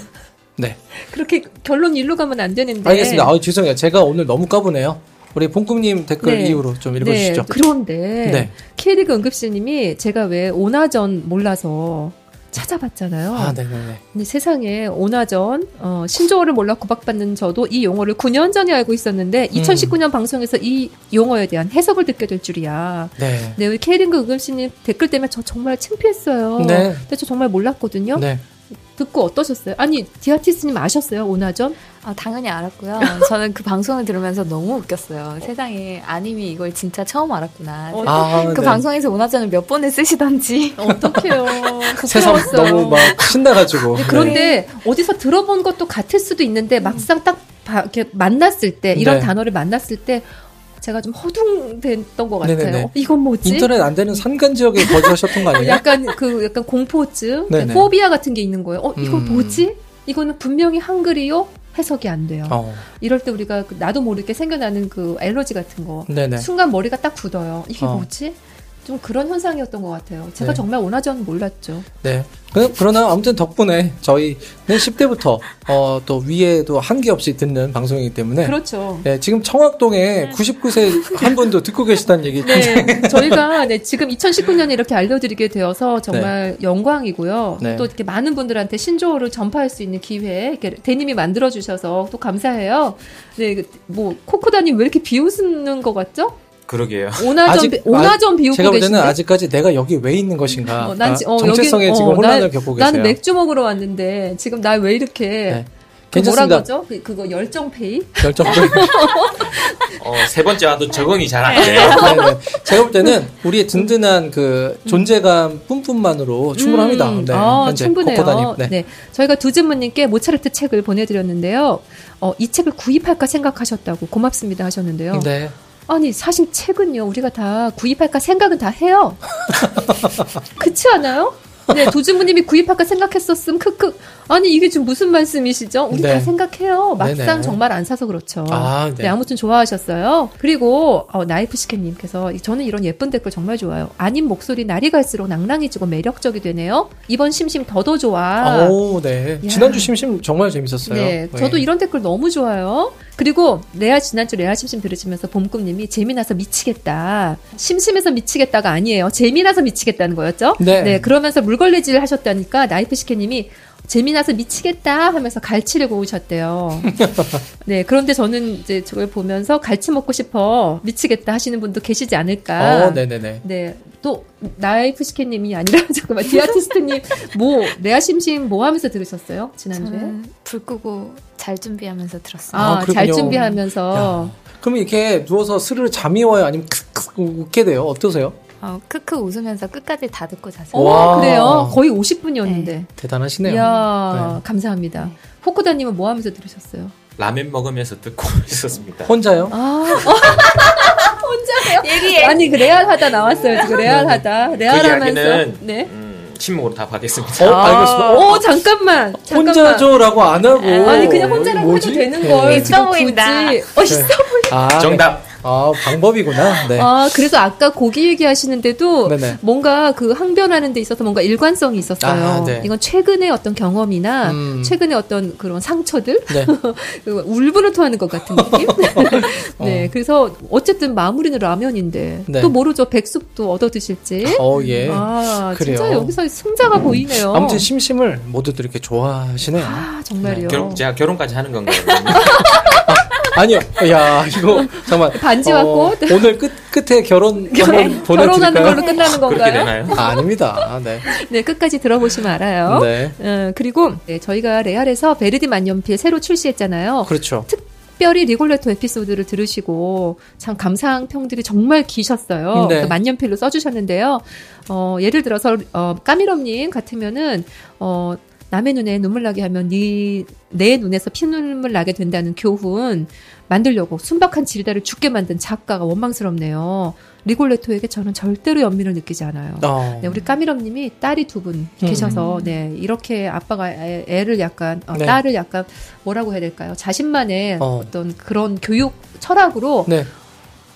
S4: 네,
S2: 그렇게 결론 일로 가면 안 되는데
S4: 알겠습니다. 아 죄송해요. 제가 오늘 너무 까부네요. 우리 봉꿈님 댓글
S2: 네.
S4: 이후로 좀
S2: 네,
S4: 읽어주시죠.
S2: 그런데
S4: 네.
S2: K리그 응급실님이 제가 왜 오나전 몰라서 찾아봤잖아요.
S4: 아, 네네네.
S2: 근데 세상에 오나전 어, 신조어를 몰라 구박받는 저도 이 용어를 9년 전에 알고
S4: 음.
S2: 있었는데 2019년 방송에서 이 용어에 대한 해석을 듣게 될 줄이야.
S4: 네.
S2: 네, 우리 케이링크 의금씨님 댓글 때문에 저 정말 창피했어요.
S4: 네.
S2: 근데 저 정말 몰랐거든요.
S4: 네.
S2: 듣고 어떠셨어요? 아니, 디아티스님 아셨어요? 오나전?
S5: 아, 당연히 알았고요. 저는 그 방송을 들으면서 너무 웃겼어요. 세상에 아님이 이걸 진짜 처음 알았구나.
S2: 어,
S4: 아,
S5: 그
S4: 네.
S5: 방송에서 오나전을 몇 번을 쓰시던지.
S2: 어떡해요.
S4: *laughs* 세상
S2: 부끄러웠어요.
S4: 너무 막 신나가지고.
S2: 근데
S4: 네.
S2: 그런데 어디서 들어본 것도 같을 수도 있는데 막상 딱 봐- 이렇게 만났을 때 이런
S4: 네.
S2: 단어를 만났을 때 제가 좀 허둥댔던 것 같아요.
S4: 네네네.
S2: 어, 이건 뭐지?
S4: 인터넷 안 되는 산간 지역에 거주하셨던 거 아니에요?
S2: 약간 그 약간 공포증, 그러니까
S4: 네네.
S2: 포비아 같은 게 있는 거예요. 어, 이거
S4: 음.
S2: 뭐지? 이거는 분명히 한글이요. 해석이 안 돼요.
S4: 어,
S2: 이럴 때 우리가 그 나도 모르게 생겨나는 그 알러지 같은 거
S4: 네네.
S2: 순간 머리가 딱 굳어요. 이게
S4: 어.
S2: 뭐지? 좀 그런 현상이었던 것 같아요. 제가
S4: 네.
S2: 정말 원하전 몰랐죠.
S4: 네. 그, 그러나 아무튼 덕분에 저희는 10대부터 어, 또 위에도 한계 없이 듣는 방송이기 때문에
S2: 그렇죠.
S4: 네, 지금 청학동에 99세 한 분도 듣고 계시다는 얘기
S2: 네, 저희가 네, 지금 2019년에 이렇게 알려드리게 되어서 정말 영광이고요.
S4: 네.
S2: 또 이렇게 많은 분들한테 신조어를 전파할 수 있는 기회, 이렇게 대님이 만들어 주셔서 또 감사해요. 네, 그뭐 코코다님 왜 이렇게 비웃는 것 같죠?
S3: 그러게요.
S2: 오나전
S4: 아직-
S2: 비- 오나전 비웃고
S4: 제가 볼 때는
S2: 계신데.
S4: 아직까지 내가 여기 왜 있는 것인가 아,
S2: 어, 난 지- 어,
S4: 정체성에
S2: 여기-
S4: 지금
S2: 어,
S4: 혼란을
S2: 난-
S4: 겪고 계세요.
S2: 난 맥주 먹으러 왔는데 지금 나 왜 이렇게
S4: 네.
S2: 그
S4: 괜찮습니다.
S2: 뭐라고 하죠? 그, 그거 열정 페이?
S4: 결정. 네,
S2: *laughs*
S3: 어, 세 번째 와도 적응이 잘 안 돼요.
S4: 네. 제가 볼 때는 우리의 든든한 그 존재감 뿐뿐만으로 충분합니다.
S2: 음,
S4: 네,
S2: 아,
S4: 현재
S2: 충분해요.
S4: 코코다님.
S2: 네.
S4: 네.
S2: 저희가 두즈무님께 모차르트 책을 보내드렸는데요. 어, 이 책을 구입할까 생각하셨다고 고맙습니다 하셨는데요.
S4: 네.
S2: 아니 사실 책은요 우리가 다 구입할까 생각은 다
S4: *laughs*
S2: 해요. 그렇지 않아요? 네 도준부님이 구입할까 생각했었음 크크. 아니 이게 지금 무슨 말씀이시죠? 우리
S4: 네.
S2: 다 생각해요. 막상
S4: 네네.
S2: 정말 안 사서 그렇죠.
S4: 아, 네.
S2: 아무튼 좋아하셨어요. 그리고 어, 나이프시켓님께서 이- 저는 이런 예쁜 댓글 정말 좋아요. 아님 목소리 날이 갈수록 낭랑해지고 매력적이 되네요. 이번 심심 더더 좋아.
S4: 오, 네.
S2: 야.
S4: 지난주 심심 정말 재밌었어요.
S2: 네, 저도 이런 댓글 너무 좋아요. 그리고 레아 지난주 레아 심심 들으시면서 봄꿈님이 재미나서 미치겠다. 심심해서 미치겠다가 아니에요. 재미나서 미치겠다는 거였죠.
S4: 네.
S2: 그러면서 물걸레질을 하셨다니까 나이프시케님이 재미나서 미치겠다 하면서 갈치를
S4: *laughs*
S2: 구우셨대요. 네, 그런데 저는 이제 저걸 보면서 갈치 먹고 싶어 미치겠다 하시는 분도 계시지 않을까.
S4: 어, 네네네.
S2: 네. 또 나이프시케님이 아니라 *laughs* 잠깐만 디아티스트님 뭐 레아 심심 뭐 하면서 들으셨어요 지난주에?
S5: 저는 불 끄고 잘 준비하면서 들었어요.
S2: 아,
S4: 아,
S2: 잘
S4: 그렇군요.
S2: 준비하면서.
S4: 그럼 이렇게 누워서 스르르 잠이 와요? 아니면 크크 웃게 돼요? 어떠세요?
S5: 어, 크크 웃으면서 끝까지 다 듣고 잤어요.
S4: 어?
S2: 어,
S4: 와.
S2: 그래요. 거의 50분이었는데.
S4: 대단하시네요.
S2: 이야,
S5: 네.
S2: 감사합니다. 호쿠다님은 뭐 하면서 들으셨어요?
S3: 라면 먹으면서 듣고 *laughs* 있었습니다.
S4: 혼자요?
S2: 아,
S5: 얘기해.
S2: 아니, 그 레알하다 나왔어요. 지금
S4: 네.
S2: 레알하다.
S3: 그
S2: 레알하면서.
S3: 이야기는
S2: 네.
S3: 음, 침묵으로 답하겠습니다.
S4: 어, 알겠습니다.
S2: 오, 잠깐만. 잠깐만.
S4: 혼자죠라고 안 하고.
S2: 아니, 그냥 혼자라고
S4: 뭐지?
S2: 해도 되는
S4: 네.
S2: 걸.
S5: 있어
S2: 지금
S5: 보인다.
S2: 굳이. 어, 있어.
S4: 아,
S3: 정답.
S4: 아, 방법이구나. 네.
S2: 아, 그래서 아까 고기 얘기하시는데도
S4: 네네.
S2: 뭔가 그 항변하는 데 있어서 뭔가 일관성이 있었어요.
S4: 아, 네.
S2: 이건 최근의 어떤 경험이나
S4: 음.
S2: 최근의 어떤 그런 상처들
S4: 네.
S2: 울분을 토하는 것 같은
S4: *laughs*
S2: 느낌? *laughs* 네, 그래서 어쨌든 마무리는 라면인데
S4: 어. 네.
S2: 또 모르죠 백숙도 얻어 드실지.
S4: 어, 예.
S2: 아, 진짜
S4: 그래요.
S2: 여기서 승자가 보이네요.
S4: 아무튼 심심을 모두들 이렇게 좋아하시네요.
S2: 아, 정말요.
S3: 결국 제가 결혼까지 하는 건가요?
S4: 아니요. 야, 이거 잠깐만.
S2: 반지
S4: 어,
S2: 왔고
S4: 오늘 끝 끝에 결혼 한번 보내
S2: *laughs* 결혼하는
S4: 드릴까요?
S2: 걸로
S4: *laughs*
S2: 끝나는
S3: 그렇게
S2: 건가요?
S3: 되나요?
S4: 아, 아닙니다. 네.
S2: 네, 끝까지 들어보시면 알아요.
S4: 네.
S2: 어, 그리고 네, 저희가 레알에서 베르디 만년필 새로 출시했잖아요.
S4: 그렇죠.
S2: 특별히 리골레토 에피소드를 들으시고 참 감상평들이 정말 기셨어요.
S4: 네.
S2: 그래서 만년필로 써주셨는데요. 어, 예를 들어서 어, 까미럼님 같으면은 어, 남의 눈에 눈물 나게 하면 네, 내 눈에서 피눈물 나게 된다는 교훈 만들려고 순박한 질다를 죽게 만든 작가가 원망스럽네요. 리골레토에게 저는 절대로 연민을 느끼지 않아요.
S4: 어.
S2: 네, 우리 까미럼님이 딸이 두 분 계셔서
S5: 음.
S2: 네 이렇게 아빠가 애, 를 약간 어,
S4: 네.
S2: 딸을 약간 뭐라고 해야 될까요? 자신만의
S4: 어.
S2: 어. 떤 그런 교육 철학으로
S4: 네.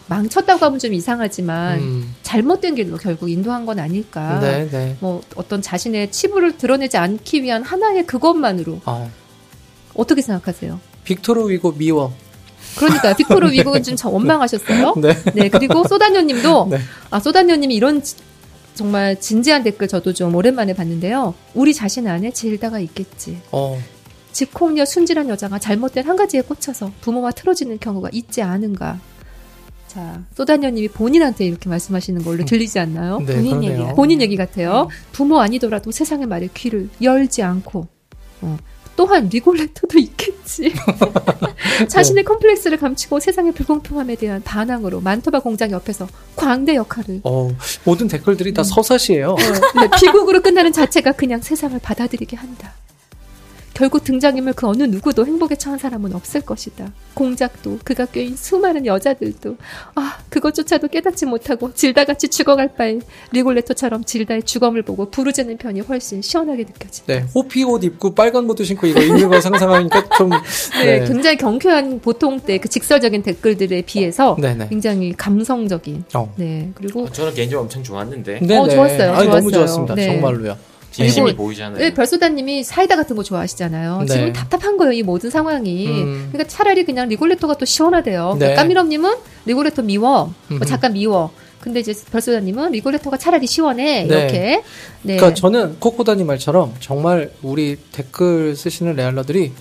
S2: 망쳤다고 하면 좀 이상하지만
S4: 음.
S2: 잘못된 길로 결국 인도한 건 아, 아닐까.
S4: 네, 네.
S2: 뭐 어떤 자신의 치부를 드러내지 않기 위한 하나의 그것만으로
S4: 어.
S2: 어떻게 생각하세요?
S4: 빅토르 위고 미워.
S2: 그러니까
S4: *laughs*
S2: 빅토르 위고는 좀참 원망하셨어요.
S4: 네.
S2: 네,
S4: *laughs*
S2: 그리고 소다녀님도
S4: 네.
S2: 아 소다녀님이 이런 지- 정말 진지한 댓글 저도 좀 오랜만에 봤는데요. 우리 자신 안에 질다가 있겠지.
S4: 어.
S2: 직홍녀 순진한 여자가 잘못된 한 가지에 꽂혀서 부모와 틀어지는 경우가 있지 않은가. 자, 소다녀님이 본인한테 이렇게 말씀하시는 걸로 들리지 않나요?
S4: 네,
S5: 본인
S4: 그러네요.
S5: 얘기가
S2: 어? 본인 얘기 같아요. 부모 아니더라도 세상의 말에 귀를 열지 않고 어, 또한 리골레토도 있겠지. *laughs* 자신의 컴플렉스를 감추고 세상의 불공평함에 대한 반항으로 만토바 공장 옆에서 광대 역할을
S4: 어, 모든 댓글들이
S2: 음.
S4: 다 서사시예요.
S2: 네, 비극으로 끝나는 자체가 그냥 세상을 받아들이게 한다. 결국 등장인물 그 어느 누구도 행복에 처한 사람은 없을 것이다. 공작도 그가 꿰인 수많은 여자들도 아 그것조차도 깨닫지 못하고 질다같이 죽어갈 바에 리골레토처럼 질다의 죽음을 보고 부르짖는 편이 훨씬 시원하게 느껴진다.
S4: 네. 호피 옷 입고 빨간 것도 신고 이거 입는 거 상상하니까 좀
S2: 네, 굉장히 경쾌한 보통 때 그 직설적인 댓글들에 비해서
S4: 네, 네.
S2: 굉장히 감성적인
S4: 어.
S2: 네 그리고
S3: 어, 저는 개인적으로 엄청 좋았는데
S4: 네,
S2: 어,
S4: 네.
S2: 좋았어요,
S4: 아니, 너무
S2: 좋았어요.
S4: 좋았습니다.
S2: 네.
S4: 정말로요.
S3: 진심이
S2: 그리고-
S3: 보이잖아요.
S2: 네, 별소다님이 사이다 같은 거 좋아하시잖아요.
S4: 네.
S2: 지금 답답한 거예요, 이 모든 상황이.
S4: 음.
S2: 그러니까 차라리 그냥 리골레토가 또 시원하대요.
S4: 네.
S2: 그러니까 까미럼님은 리골레토 미워, 뭐
S4: 음흠.
S2: 잠깐 미워. 근데 이제 별소다님은 리골레토가 차라리 시원해
S4: 네.
S2: 이렇게. 네.
S4: 그러니까 저는 코코다님 말처럼 정말 우리 댓글 쓰시는 레알러들이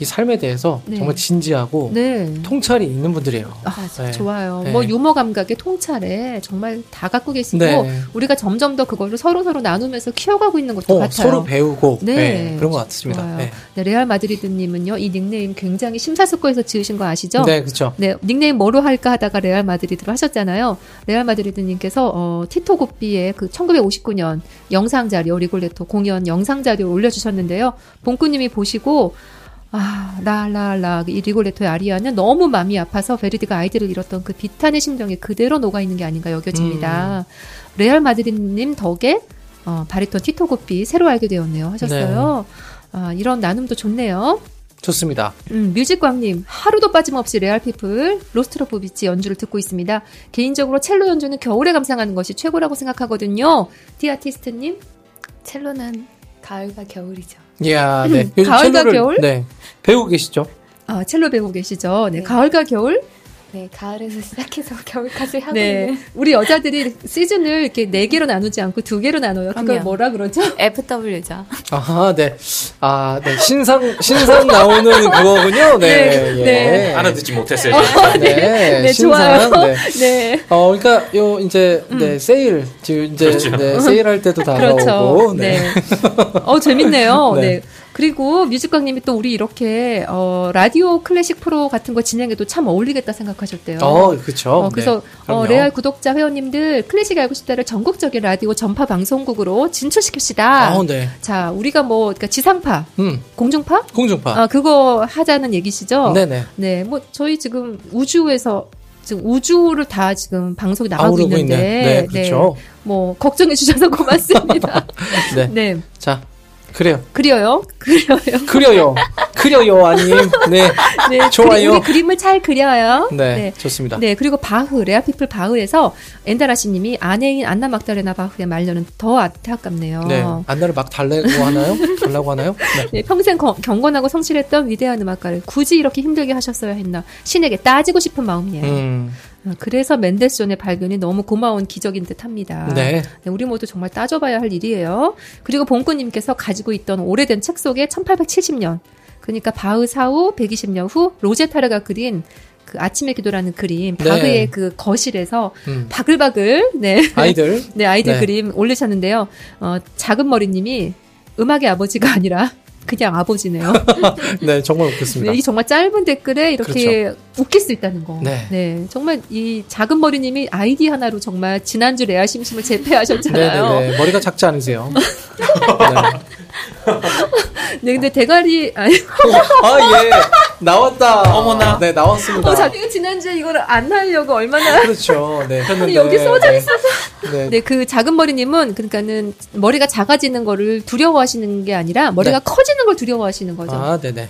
S4: 이 삶에 대해서
S2: 네.
S4: 정말 진지하고
S2: 네.
S4: 통찰이 있는 분들이에요. 네.
S2: 좋아요.
S4: 네.
S2: 뭐 유머 감각의 통찰에 정말 다 갖고 계시고
S4: 네.
S2: 우리가 점점 더 그거를 서로 서로 나누면서 키워가고 있는 것도
S4: 어,
S2: 같아요.
S4: 서로 배우고
S2: 네.
S4: 네, 그런 것 같습니다.
S2: 좋아요.
S4: 네,
S2: 네, 레알 마드리드님은요 이 닉네임 굉장히 심사숙고해서 지으신 거 아시죠?
S4: 네 그렇죠.
S2: 네, 닉네임 뭐로 할까 하다가 레알 마드리드로 하셨잖아요. 레알 마드리드님께서 어, 티토 고삐의 그 1959년 영상 자료 리골레토 공연 영상 자료 올려주셨는데요. 봉꾸님이 보시고 아, 라라라 이 리골레토의 아리아는 너무 마음이 아파서 베르디가 아이들을 잃었던 그 비탄의 심정에 그대로 녹아 있는 게 아닌가 여겨집니다.
S4: 음.
S2: 레알 마드리드님 덕에 어, 바리톤 티토 고삐 새로 알게 되었네요 하셨어요. 아, 이런 나눔도 좋네요.
S4: 좋습니다.
S2: 음, 뮤직광님 하루도 빠짐없이 레알피플 로스트로포비치 연주를 듣고 있습니다. 개인적으로 첼로 연주는 겨울에 감상하는 것이 최고라고 생각하거든요. 디아티스트님
S5: 첼로는 가을과 겨울이죠.
S4: 이야, 네. 요즘
S2: 음, 가을과
S4: 첼로를,
S2: 겨울?
S4: 네, 배우고 계시죠?
S2: 아, 첼로 배우고 계시죠. 네,
S5: 네.
S2: 가을과 겨울.
S5: 네, 가을에서 *laughs* 시작해서 겨울까지 하고
S2: 네,
S5: 있는
S2: 우리 여자들이 시즌을 이렇게 네 개로 나누지 않고 두 개로 나눠요. 그걸
S5: 그럼요.
S2: 뭐라 그러죠?
S5: FW죠.
S4: 아하, 네. 아, 네. 신상, 신상
S2: *laughs*
S4: 나오는 그거군요. 네.
S2: 네,
S4: 예.
S2: 네.
S3: 알아듣지 못했어요.
S4: 네.
S2: 네, 좋아요.
S4: 신상. 네.
S2: *laughs* 네,
S4: 어, 그러니까 요 이제 네 세일 지금 이제 네, 세일할 때도 다가오고
S2: 음. 그렇죠.
S4: 네.
S2: 네. 어, 재밌네요.
S4: *laughs* 네.
S2: 네. 그리고 뮤직광님이 또 우리 이렇게 어, 라디오 클래식 프로 같은 거 진행해도 참 어울리겠다 생각하셨대요.
S4: 어, 그렇죠.
S2: 어, 그래서 어,
S4: 그럼요.
S2: 레알 구독자 회원님들 클래식 알고 싶다를 전국적인 라디오 전파 방송국으로 진출시킵시다.
S4: 아, 네.
S2: 자, 우리가 뭐 그러니까 지상파,
S4: 음.
S2: 공중파,
S4: 공중파.
S2: 아, 그거 하자는 얘기시죠?
S4: 네, 네.
S2: 네, 뭐 저희 지금 우주에서 지금 우주를 다 지금 방송이 나가고
S4: 아우르고
S2: 있는데,
S4: 있는. 네, 그렇죠.
S2: 네, 뭐 걱정해 주셔서 고맙습니다.
S4: *laughs* 네.
S2: 네,
S4: 자. 그래요.
S2: 그려요, 그려요.
S4: 그려요. 그려요, 아님.
S2: *laughs*
S4: 네.
S2: 네,
S4: *laughs* 좋아요.
S2: 그리- 우리 그림을 잘 그려요.
S4: 네. 좋습니다.
S2: 네, 그리고 바흐, 레아피플 바흐에서 엔다라시님이 아내인 안나 막다레나 바흐의 말년은 더 안타깝네요.
S4: 네. 안나를 막 달라고 하나요? 달라고 하나요?
S2: *laughs*
S4: 네.
S2: 네, 평생 거- 경건하고 성실했던 위대한 음악가를 굳이 이렇게 힘들게 하셨어야 했나 신에게 따지고 싶은 마음이에요.
S4: 음.
S2: 어, 그래서 멘델슨의 발견이 너무 고마운 기적인 듯합니다.
S4: 네.
S2: 네, 우리 모두 정말 따져봐야 할 일이에요. 그리고 봉꾸님께서 가지고 있던 오래된 책 속에 1870년, 그러니까 바흐 사후 120년 후 로제타르가 그린 그 아침의 기도라는 그림,
S4: 네.
S2: 바흐의 그 거실에서
S4: 음.
S2: 바글바글 네, *laughs*
S4: 아이들.
S2: 네 아이들
S4: 네.
S2: 그림 올리셨는데요. 어, 작은 머리님이 음악의 아버지가 *laughs* 아니라 그냥
S4: *laughs*
S2: 아버지네요.
S4: 네, 정말 웃겼습니다. 그렇죠.
S2: 네, 이 정말 짧은 댓글에 이렇게 웃길 수 있다는 거.
S4: 네.
S2: 정말 이 작은 머리님이 아이디 하나로 정말 지난주 레아 심심을
S4: 네,
S2: 재패하셨잖아요.
S4: 네, 네. 머리가 작지
S2: *laughs*
S4: 않으세요. 네.
S2: 네, 근데 대가리 아니
S4: 아, 예. 나왔다. 어머나. 네, 나왔습니다.
S2: 어, 자기가 지난주에 이걸 안 하려고 얼마나
S4: 그렇죠. 네. 했는데.
S2: 여기 써져
S4: 있어서. 네.
S2: 네, 그 작은 머리님은 그러니까는 머리가 작아지는 거를 두려워하시는 게 아니라 머리가
S4: 네.
S2: 커지는 걸 두려워하시는 거죠.
S4: 아, 네네.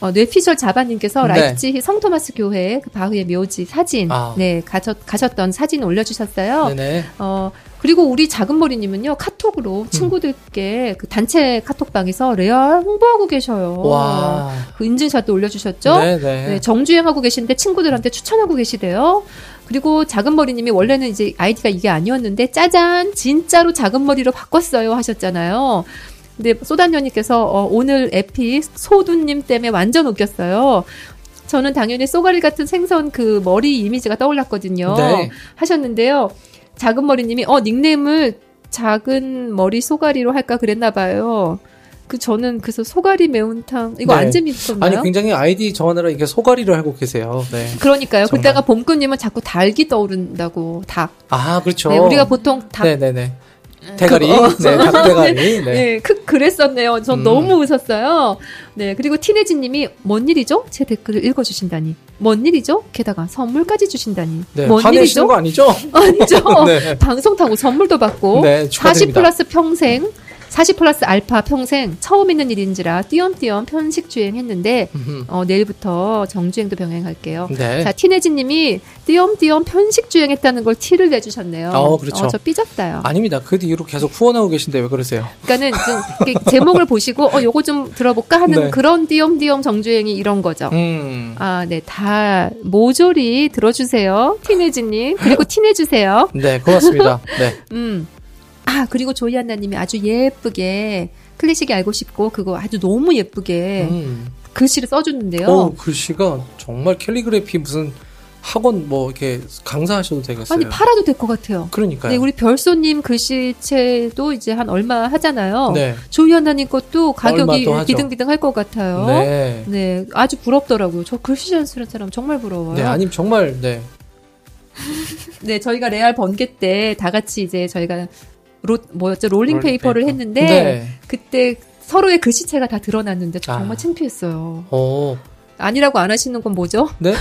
S2: 어, 뇌피셜 자바님께서
S4: 네.
S2: 라이프치히 성토마스 교회 그 바흐의 묘지 사진,
S4: 아.
S2: 네 가셨 가셨던 사진 올려주셨어요.
S4: 네네.
S2: 어, 그리고 우리 작은 머리님은요,
S4: 음.
S2: 카톡으로 친구들께 그 단체 카톡방에서 레알 홍보하고 계셔요.
S4: 와.
S2: 그 인증샷도 올려주셨죠?
S4: 네네.
S2: 네, 정주행하고 계신데 친구들한테 추천하고 계시대요. 그리고 작은 머리님이 원래는 이제 아이디가 이게 아니었는데, 짜잔! 진짜로 작은 머리로 바꿨어요. 하셨잖아요. 근데 소단녀님께서 어, 오늘 에피 소두님 때문에 완전 웃겼어요. 저는 당연히 쏘가리 같은 생선 그 머리 이미지가 떠올랐거든요.
S4: 네.
S2: 하셨는데요. 작은 머리님이 어 닉네임을 작은 머리 소가리로 할까 그랬나 봐요. 그 저는 그래서 소가리 매운탕 이거
S4: 네.
S2: 안 재밌었나요?
S4: 아니, 굉장히 아이디 정하느라 이게 소가리를 하고 계세요. 네.
S2: 그러니까요.
S4: 정말.
S2: 그때가 봄꾸님은 자꾸 닭이 떠오른다고 닭.
S4: 아, 그렇죠.
S2: 네, 우리가 보통 그, 어. 닭.
S4: 네네네. 대가리. 네,
S2: *laughs*
S4: 닭대가리. 네.
S2: 예, 그, 그랬었네요. 전
S4: 음.
S2: 너무 웃었어요. 네, 그리고 티네지님이 뭔 일이죠? 제 댓글을 읽어주신다니. 뭔 일이죠? 게다가 선물까지 주신다니.
S4: 네.
S2: 뭔
S4: 화내시는
S2: 일이죠? 어.
S4: 거 아니죠?
S2: *laughs* 아니죠.
S4: *laughs* 네.
S2: 방송 타고 선물도 받고
S4: 네,
S2: 40
S4: 축하드립니다.
S2: 플러스 평생 40 플러스 알파 평생 처음 있는 일인지라 띄엄띄엄 편식 주행했는데
S4: 음,
S2: 어, 내일부터 정주행도 병행할게요.
S4: 네.
S2: 자 티네지님이 띄엄띄엄 편식 주행했다는 걸 티를 내주셨네요.
S4: 어, 그렇죠.
S2: 저 삐졌다요.
S4: 아닙니다. 그 뒤로 계속 후원하고 계신데 왜 그러세요?
S2: 그러니까는 좀 이렇게 *laughs* 제목을 보시고 어 요거 좀 들어볼까 하는
S4: 네.
S2: 그런 띄엄띄엄 정주행이 이런 거죠.
S4: 음.
S2: 아, 네, 다 모조리 들어주세요, 티네지님. 그리고 티내주세요.
S4: 네, 고맙습니다.
S2: *laughs*
S4: 네.
S2: 음. 아, 그리고 조이한나님이 아주 예쁘게 클래식이 알고 싶고 그거 아주 너무 예쁘게
S4: 음.
S2: 글씨를 써줬는데요.
S4: 어, 글씨가 정말 캘리그래피 무슨 학원 뭐 이렇게 강사하셔도 되겠어요.
S2: 아니 팔아도 될 것 같아요.
S4: 그러니까요.
S2: 네, 우리 별소님 글씨체도 이제 한 얼마 하잖아요.
S4: 네.
S2: 조이현나님 것도 가격이
S4: 얼마도 하죠.
S2: 비등비등 할 것 같아요.
S4: 네.
S2: 네, 아주 부럽더라고요. 저 글씨 잘 쓰는 사람 정말 부러워요.
S4: 네, 아님 정말 네.
S2: 네, 저희가 레알 번개 때 다 같이 이제 저희가 로, 뭐였죠? 롤링 페이퍼를
S3: 롤링페이퍼.
S2: 했는데
S4: 네.
S2: 그때 서로의 글씨체가 다 드러났는데 저 정말
S4: 아.
S2: 창피했어요.
S4: 어.
S2: 아니라고 안 하시는 건 뭐죠?
S4: 네.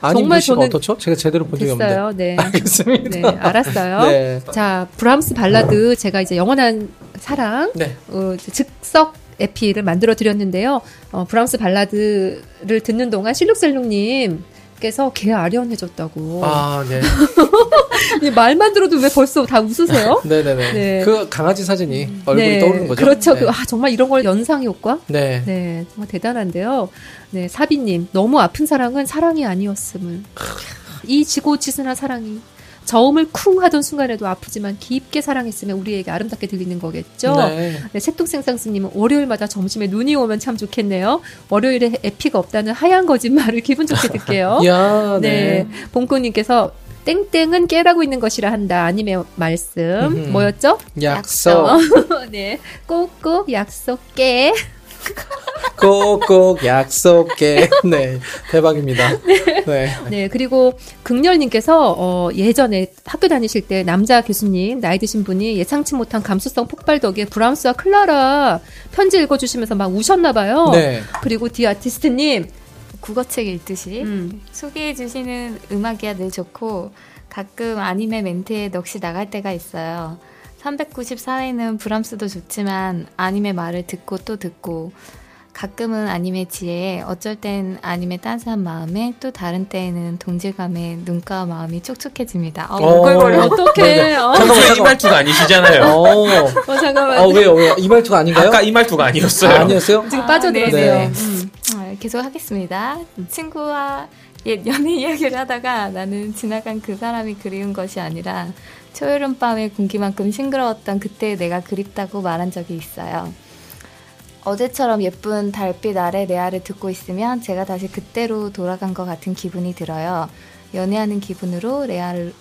S4: 아님 그
S2: 정말
S4: 글씨가
S2: 저는
S4: 어떻죠? 제가 제대로 본 적이 없는데.
S2: 됐어요. 네.
S4: 알겠습니다.
S2: 네, 알았어요.
S4: *laughs* 네.
S2: 자, 브람스 발라드 제가 이제 영원한 사랑
S4: 네.
S2: 어, 즉석 에피를 만들어 드렸는데요. 어, 브람스 발라드를 듣는 동안 실룩셀룩님 께서 개 아련해졌다고.
S4: 아,
S2: 어.
S4: 네.
S2: 이 말만 들어도 왜 벌써 다 웃으세요?
S4: 네네네.
S2: 네.
S4: 그 강아지 사진이 *laughs* 얼굴이
S2: 네,
S4: 떠오르는 거죠.
S2: 그렇죠.
S4: 네.
S2: 그, 아, 정말 이런 걸 연상 효과?
S4: 네.
S2: 네, 정말 대단한데요. 네, 사비님, 너무 아픈 사랑은 사랑이 아니었음을. 이 지고지순한 사랑이 저음을 쿵 하던 순간에도 아프지만 깊게 사랑했으면 우리에게 아름답게 들리는 거겠죠.
S4: 네.
S2: 네, 색동생상스님은 월요일마다 점심에 눈이 오면 참 좋겠네요. 월요일에 에피가 없다는 하얀 거짓말을 기분 좋게
S4: *laughs*
S2: 듣게요.
S4: 야,
S2: 어? 네, 봉꾸님께서 땡땡은 깨라고 있는 것이라 한다. 아님의 말씀
S4: 음흠.
S2: 뭐였죠? *laughs*
S4: 약속.
S2: 네, 꼭꼭 약속 깨.
S4: 꼭꼭 약속해. *laughs* 네. 대박입니다. 네.
S2: 네, 그리고 극렬님께서 어, 예전에 학교 다니실 때 남자 교수님 나이 드신 분이 예상치 못한 감수성 폭발 덕에 브람스와 클라라 편지 읽어주시면서 막 우셨나 봐요.
S4: 네.
S2: 그리고 디 아티스트님,
S5: 국어책 읽듯이
S2: 음,
S5: 소개해 주시는 음악이야 늘 좋고 가끔 아님의 멘트에 넋이 나갈 때가 있어요. 394회는 브람스도 좋지만 아님의 말을 듣고 또 듣고 가끔은 아님의 지혜에 어쩔 땐 아님의 따스한 마음에 또 다른 때에는 동질감에 눈과 마음이 촉촉해집니다. 어,
S4: 어. 네.
S5: 걸걸
S2: 어떡해. 어,
S3: 평소에 이 말투가 아니시잖아요.
S4: 어.
S2: 어, 잠깐만.
S4: 아, 왜요? 왜요? 이 말투가 아닌가요?
S3: 아까 이 말투가 아니었어요.
S4: 아, 아니었어요?
S2: 지금 빠져들었네요.
S4: 네.
S2: 음.
S5: 아, 계속 하겠습니다. 친구와 옛 연애 이야기를 하다가 나는 지나간 그 사람이 그리운 것이 아니라 초여름 밤의 공기만큼 싱그러웠던 그때 내가 그립다고 말한 적이 있어요. 어제처럼 예쁜 달빛 아래 레아를 듣고 있으면 제가 다시 그때로 돌아간 것 같은 기분이 들어요. 연애하는 기분으로 레아를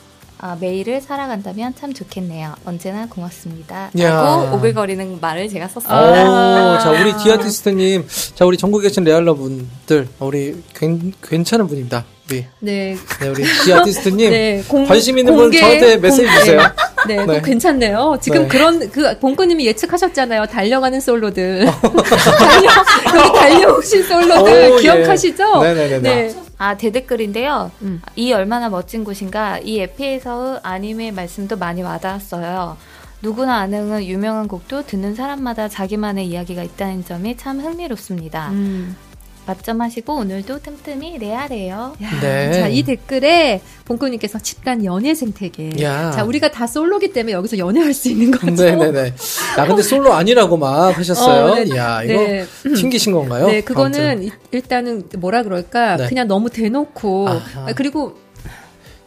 S5: 아, 매일을 살아간다면 참 좋겠네요. 언제나 고맙습니다.
S4: 야. 아.
S5: 라고 오글거리는 말을 제가
S2: 아.
S5: 썼습니다.
S4: 오, 어, 자, 우리 디아티스트님. 자, 우리 전국에 계신 레알러 분들. 어, 우리 괜, 괜찮은 분입니다. 우리.
S2: 네.
S4: 네, 우리 디아티스트님.
S2: 네, 공-
S4: 관심 있는 분
S2: 공개-
S4: 저한테 메시지
S2: 공개.
S4: 주세요.
S2: 네,
S4: 네.
S2: 그거 괜찮네요. 지금
S4: 네.
S2: 그런 그 봉꾸님이 예측하셨잖아요. 달려가는 솔로들, *laughs* 달려 여기 달려오신 솔로들
S4: 오, 예.
S2: 기억하시죠?
S4: 네네네네.
S5: 아 대댓글인데요.
S2: 음.
S5: 이 얼마나 멋진 곳인가. 이 에피에서의 아님의 말씀도 많이 와닿았어요. 누구나 아는 유명한 곡도 듣는 사람마다 자기만의 이야기가 있다는 점이 참 흥미롭습니다.
S2: 음.
S5: 맞점하시고 오늘도 틈틈이 레아래요.
S2: 야,
S4: 네.
S2: 자, 이 댓글에 봉꾸님께서 집단 연애 생태계.
S4: 야.
S2: 자, 우리가 다 솔로기 때문에 여기서 연애할 수 있는 거죠.
S4: 네네네. 나 근데 솔로 아니라고 막 하셨어요.
S2: 어, 네.
S4: 야, 이거
S2: 네.
S4: 튕기신 건가요?
S2: 네, 그거는
S4: 아무튼.
S2: 이- 일단은 뭐라 그럴까
S4: 네.
S2: 그냥 너무 대놓고
S4: 아하.
S2: 그리고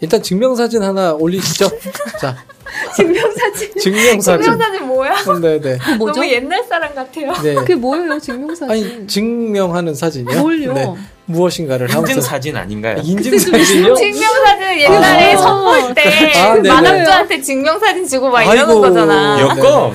S4: 일단 증명사진 하나
S2: *laughs*
S4: 올리시죠. 자,
S5: 증명사진.
S4: 증명사진.
S5: 증명사진 뭐야?
S4: 네네.
S2: 그 뭐죠?
S5: 너무 옛날 사람 같아요.
S4: 네.
S2: 그게 뭐예요 증명사진?
S4: 아니, 증명하는 사진이요? 네.
S2: 뭘요?
S4: 무엇인가를
S3: 인증
S4: 아무튼.
S3: 사진 아닌가요?
S2: *laughs*
S4: 인증사진이요?
S5: *laughs* 증명사진
S4: 옛날에
S5: 옛날에
S4: 아.
S5: 선물 때그
S4: 아, 네네.
S5: 만학도한테 증명사진 주고 막 이러는
S4: 아이고.
S5: 거잖아.
S4: 여-
S3: 여권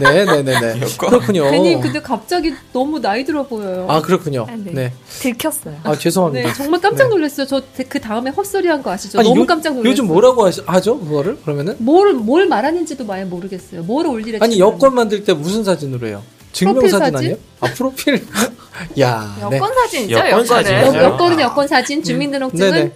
S4: 네네네네.
S3: 여권.
S4: 그렇군요.
S2: 괜히 근데 갑자기 너무 나이 들어 보여요.
S4: 아, 그렇군요.
S5: 아, 네.
S4: 네.
S5: 들켰어요.
S4: 아, 죄송합니다.
S2: 네, 정말 깜짝 놀랐어요. 저 그 다음에 헛소리 한 거 아시죠?
S4: 아니,
S2: 너무
S4: 요-
S2: 깜짝 놀랐어요.
S4: 요즘 뭐라고 하시, 하죠? 그거를? 그러면은?
S2: 뭘, 뭘 말하는지도 많이 모르겠어요. 뭘 올리랬지?
S4: 아니, 여권 만들 때 무슨 사진으로 해요?
S2: 사진?
S4: 증명사진 아니에요? 아, 프로필. *laughs* 야, 네.
S5: 여권 사진 있죠?
S3: 여권 사진.
S5: 여권을.
S2: 여,
S3: 맞아요.
S2: 여권은 여권 사진, 주민등록증은
S4: 네네.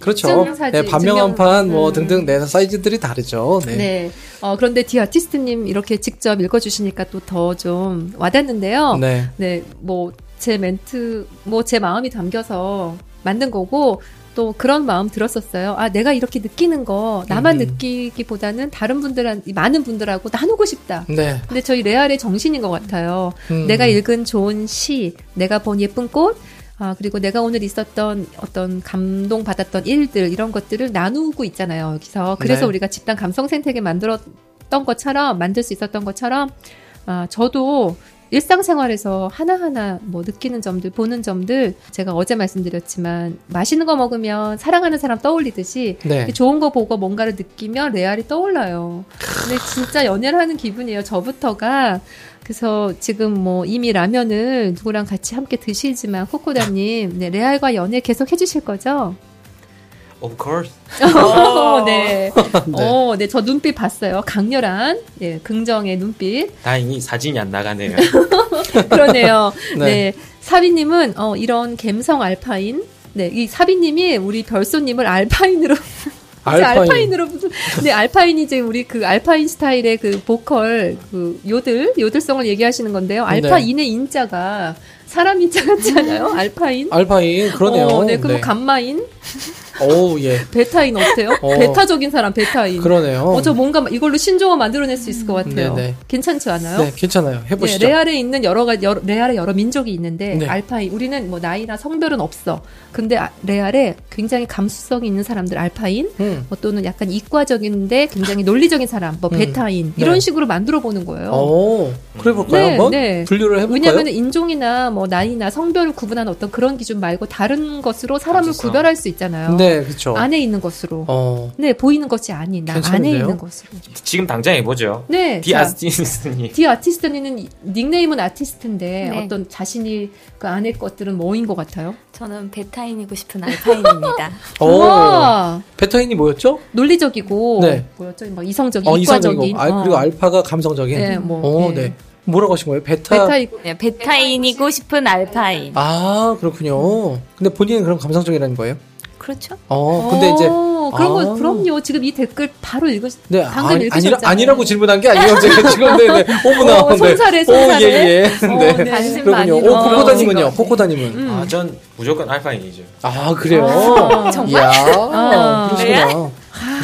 S4: 그렇죠.
S2: 증명사진,
S4: 네, 반명한판 뭐
S2: 증명-
S4: 등등 네, 사이즈들이 다르죠. 네.
S2: 네. 어, 그런데 디 아티스트님 이렇게 직접 읽어주시니까 또 더 좀 와닿는데요. 네.
S4: 네.
S2: 뭐, 제 멘트, 뭐, 제 마음이 담겨서 만든 거고, 또 그런 마음 들었었어요. 아, 내가 이렇게 느끼는 거, 나만
S4: 음.
S2: 느끼기보다는 다른 분들한, 많은 분들하고 나누고 싶다.
S4: 네.
S2: 근데 저희 레알의 정신인 것 같아요.
S4: 음.
S2: 내가 읽은 좋은 시, 내가 본 예쁜 꽃, 아, 그리고 내가 오늘 있었던 어떤 감동받았던 일들, 이런 것들을 나누고 있잖아요, 여기서. 그래서
S4: 네.
S2: 우리가 집단 감성 생태계 만들었던 것처럼, 만들 수 있었던 것처럼, 아, 저도 일상생활에서 하나하나 뭐 느끼는 점들, 보는 점들, 제가 어제 말씀드렸지만, 맛있는 거 먹으면 사랑하는 사람 떠올리듯이,
S4: 네.
S2: 좋은 거 보고 뭔가를 느끼면 레알이 떠올라요. 근데 진짜 연애를 하는 기분이에요. 저부터가. 그래서 지금 뭐 이미 라면을 누구랑 같이 함께 드시지만, 코코다님, 네, 레알과 연애 계속 해주실 거죠?
S3: Of course.
S2: *laughs* 네.
S4: 어. *laughs* 네.
S2: 어, 네, 저 눈빛 봤어요. 강렬한, 예, 긍정의 눈빛.
S3: 다행히 사진이 안 나가네요.
S2: 그러네요.
S4: *laughs* 네.
S2: 네. 사비님은, 어, 이런 갬성 알파인. 네, 이 사비님이 우리 별소님을 알파인으로. 이제
S4: 알파인.
S2: 알파인으로. 무슨- 네, 알파인이 이제 우리 그 알파인 스타일의 그 보컬, 그 요들, 요들성을 얘기하시는
S4: 네.
S2: 건데요. 알파인의 인자가 사람 인자 같잖아요. 알파인.
S4: 알파인 그러네요.
S2: 어, 네, 그럼 감마인?
S4: 오 예.
S2: 베타인 어때요?
S4: 어.
S2: 베타적인 사람, 베타인.
S4: 그러네요.
S2: 어, 저 뭔가 이걸로 신조어 만들어낼 수 있을 것 같아요.
S4: 음, 네네.
S2: 괜찮지 않아요?
S4: 네, 괜찮아요. 해보시죠.
S2: 네, 레알에 있는 여러 가지 여러- 레알에 여러 민족이 있는데
S4: 네.
S2: 알파인 우리는 뭐 나이나 성별은 없어. 근데 아- 레알에 굉장히 감수성이 있는 사람들 알파인
S4: 음.
S2: 뭐 또는 약간 이과적인데 굉장히 논리적인 사람 뭐
S4: 음.
S2: 베타인
S4: 네.
S2: 이런 식으로 만들어 보는 거예요.
S4: 오, 그래 볼까요?
S2: 네,
S4: 한번
S2: 네.
S4: 분류를 해볼까요?
S2: 왜냐하면 인종이나 뭐 나이나 성별을 구분하는 어떤 그런 기준 말고 다른 것으로 사람을
S3: 감수성.
S2: 구별할 수 있잖아요.
S4: 네, 그렇죠.
S2: 안에 있는 것으로.
S4: 어,
S2: 네, 보이는 것이 아닌 나 안에
S4: 괜찮은데요?
S2: 있는 것으로.
S3: 지금 당장 해보죠.
S2: 네. 자,
S3: 디아스틴스님.
S2: 디 아티스트는 닉네임은 아티스트인데
S5: 네.
S2: 어떤 자신이 그 안에 것들은 뭐인 것 같아요?
S5: 저는 베타인이고 싶은 *laughs* 알파인입니다.
S4: 오,
S2: 우와,
S4: 베타인이 어. 뭐였죠?
S2: 아, 논리적이고
S4: 네.
S2: 뭐였죠? 막 이성적인,
S4: 어,
S2: 이과적인,
S4: 이상적이고, 아, 그리고
S2: 어.
S4: 알파가 감성적인.
S2: 네, 뭐,
S4: 오,
S2: 예.
S4: 네. 뭐라고 하신 거예요? 베타.
S2: 베타 이고
S5: 네, 베타인이고 싶은 알파인.
S4: 아, 그렇군요. 근데 본인은 그럼 감성적이라는 거예요?
S5: 그렇죠?
S4: 어, 근데 이제
S2: 그런 거
S4: 아.
S2: 그럼요. 지금 이 댓글 바로 읽으
S4: 네,
S2: 방금
S4: 아니, 아니라,
S2: 읽으셨잖아요.
S4: 아니라고 질문한 게 아니에요. 제가 지금 네, 네.
S2: *laughs*
S4: 어머나.
S2: 어, 손살에,
S4: 네.
S2: 손살에.
S4: 오, 예, 예.
S2: 어,
S4: 네.
S2: 네.
S5: 관심 많이
S4: 그렇군요. 오,
S5: 들어오신
S4: 코코다님은요.
S5: 것 같아요.
S4: 코코다님은.
S2: 음.
S3: 아, 전 무조건 알파인이죠.
S4: 아, 그래요.
S2: 아,
S5: 정말?
S4: 이야,
S2: 아.
S4: 그러시구나.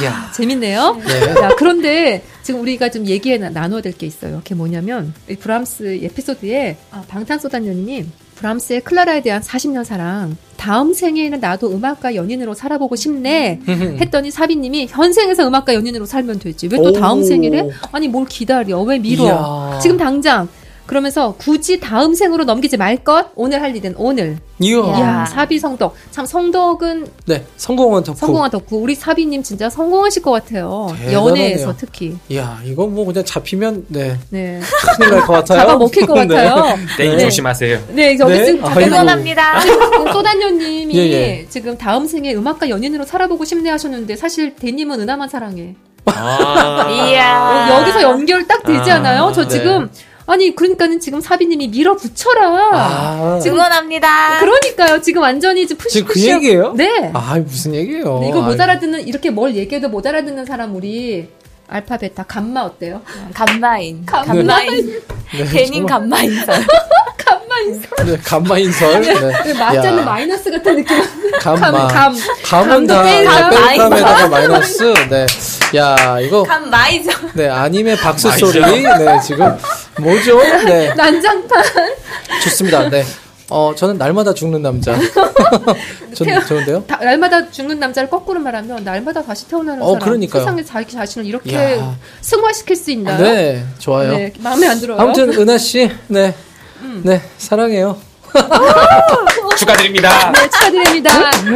S4: 이야.
S2: 재밌네요. *laughs*
S4: 네.
S2: 자, 그런데 지금 우리가 좀 얘기해 나- 나눠야 될 게 있어요. 그게 뭐냐면 이 브람스 에피소드에 아, 방탄소단녀님 브람스의 클라라에 대한 40년 사랑 다음 생에는 나도 음악가 연인으로 살아보고 싶네 했더니 사비님이 현생에서 음악가 연인으로 살면 되지 왜 또 다음
S4: 음. 오.
S2: 생일에 아니 뭘 기다려 왜 미뤄
S4: 이야.
S2: 지금 당장 그러면서 굳이 다음 생으로 넘기지 말 것 오늘 할 일은 오늘
S4: 이야.
S2: 야
S5: 이야.
S2: 사비 성덕 참 성덕은
S4: 네, 성공한 덕후.
S2: 성공한 덕후 우리 사비님 진짜 성공하실 것 같아요
S4: 대단하네요.
S2: 연애에서 특히
S4: 이야, 이거 뭐 그냥 잡히면 네
S2: 네
S4: 큰일 날 것 같아요.
S2: *laughs* 잡아 먹힐 것
S4: *laughs* 네.
S2: 같아요
S3: 땡이
S2: 네. *laughs*
S3: 조심하세요.
S2: 네 여기
S4: 네?
S2: 지금
S4: 아,
S2: 자백을 하고
S4: 이거-
S5: 응원합니다.
S2: 지금 소단녀님이
S4: 예, 예.
S2: 지금 다음 생에 음악가 연인으로 살아보고 싶네 하셨는데 사실 대님은 은하만 사랑해
S3: 아.
S5: 이야.
S2: 어,
S4: 어,
S2: 여기서 연결 딱 되지
S3: 아,
S2: 않아요? 저
S4: 네.
S2: 지금 아니 그러니까는 지금 사비님이 밀어붙여라
S4: 아,
S2: 지금-
S5: 응원합니다.
S2: 그러니까요 지금 완전히 이제 푸시
S4: 지금 그
S2: 푸시
S4: 얘기예요?
S2: 네
S4: 아, 무슨 얘기예요?
S2: 근데 이거
S4: 아이,
S2: 못 알아듣는 이렇게 뭘 얘기해도 못 알아듣는 사람 우리 알파벳 다 감마 어때요?
S5: 감마인.
S2: 감마인.
S5: 감마인.
S4: 네,
S5: 괜히
S4: 정말.
S5: 감마인.
S4: *laughs*
S2: 감마 인사
S4: 네, 감마인설. 네.
S2: 왜그 맞자는
S4: 야.
S2: 마이너스 같은 느낌 *laughs*
S4: 감마.
S2: 감, 감.
S4: 감은
S2: 감도
S4: 다
S2: 빼고
S4: 뺄
S5: 마이너스.
S4: 감에다가 마이너스. 네. 야, 이거
S5: 감마이죠.
S4: 네, 아님의 박수
S3: 마이너스.
S4: 소리. 네, 지금 뭐죠? 네.
S2: 난장판
S4: 좋습니다. 네. 어, 저는 날마다 죽는
S2: *laughs*
S4: 남자. 저는 좋은데요?
S2: 다- 날마다 죽는 남자를 거꾸로 말하면 날마다 다시 태어나는
S4: 어,
S2: 사람
S4: 그러니까요.
S2: 세상에 자기 자신을 이렇게
S4: 야.
S2: 승화시킬 수 있나요?
S4: 네, 좋아요.
S2: 네, 마음에 안 들어요 음.
S4: 아무튼 은하 씨, 네, 네 사랑해요.
S2: *laughs*
S3: 축하드립니다.
S2: 네, 축하드립니다.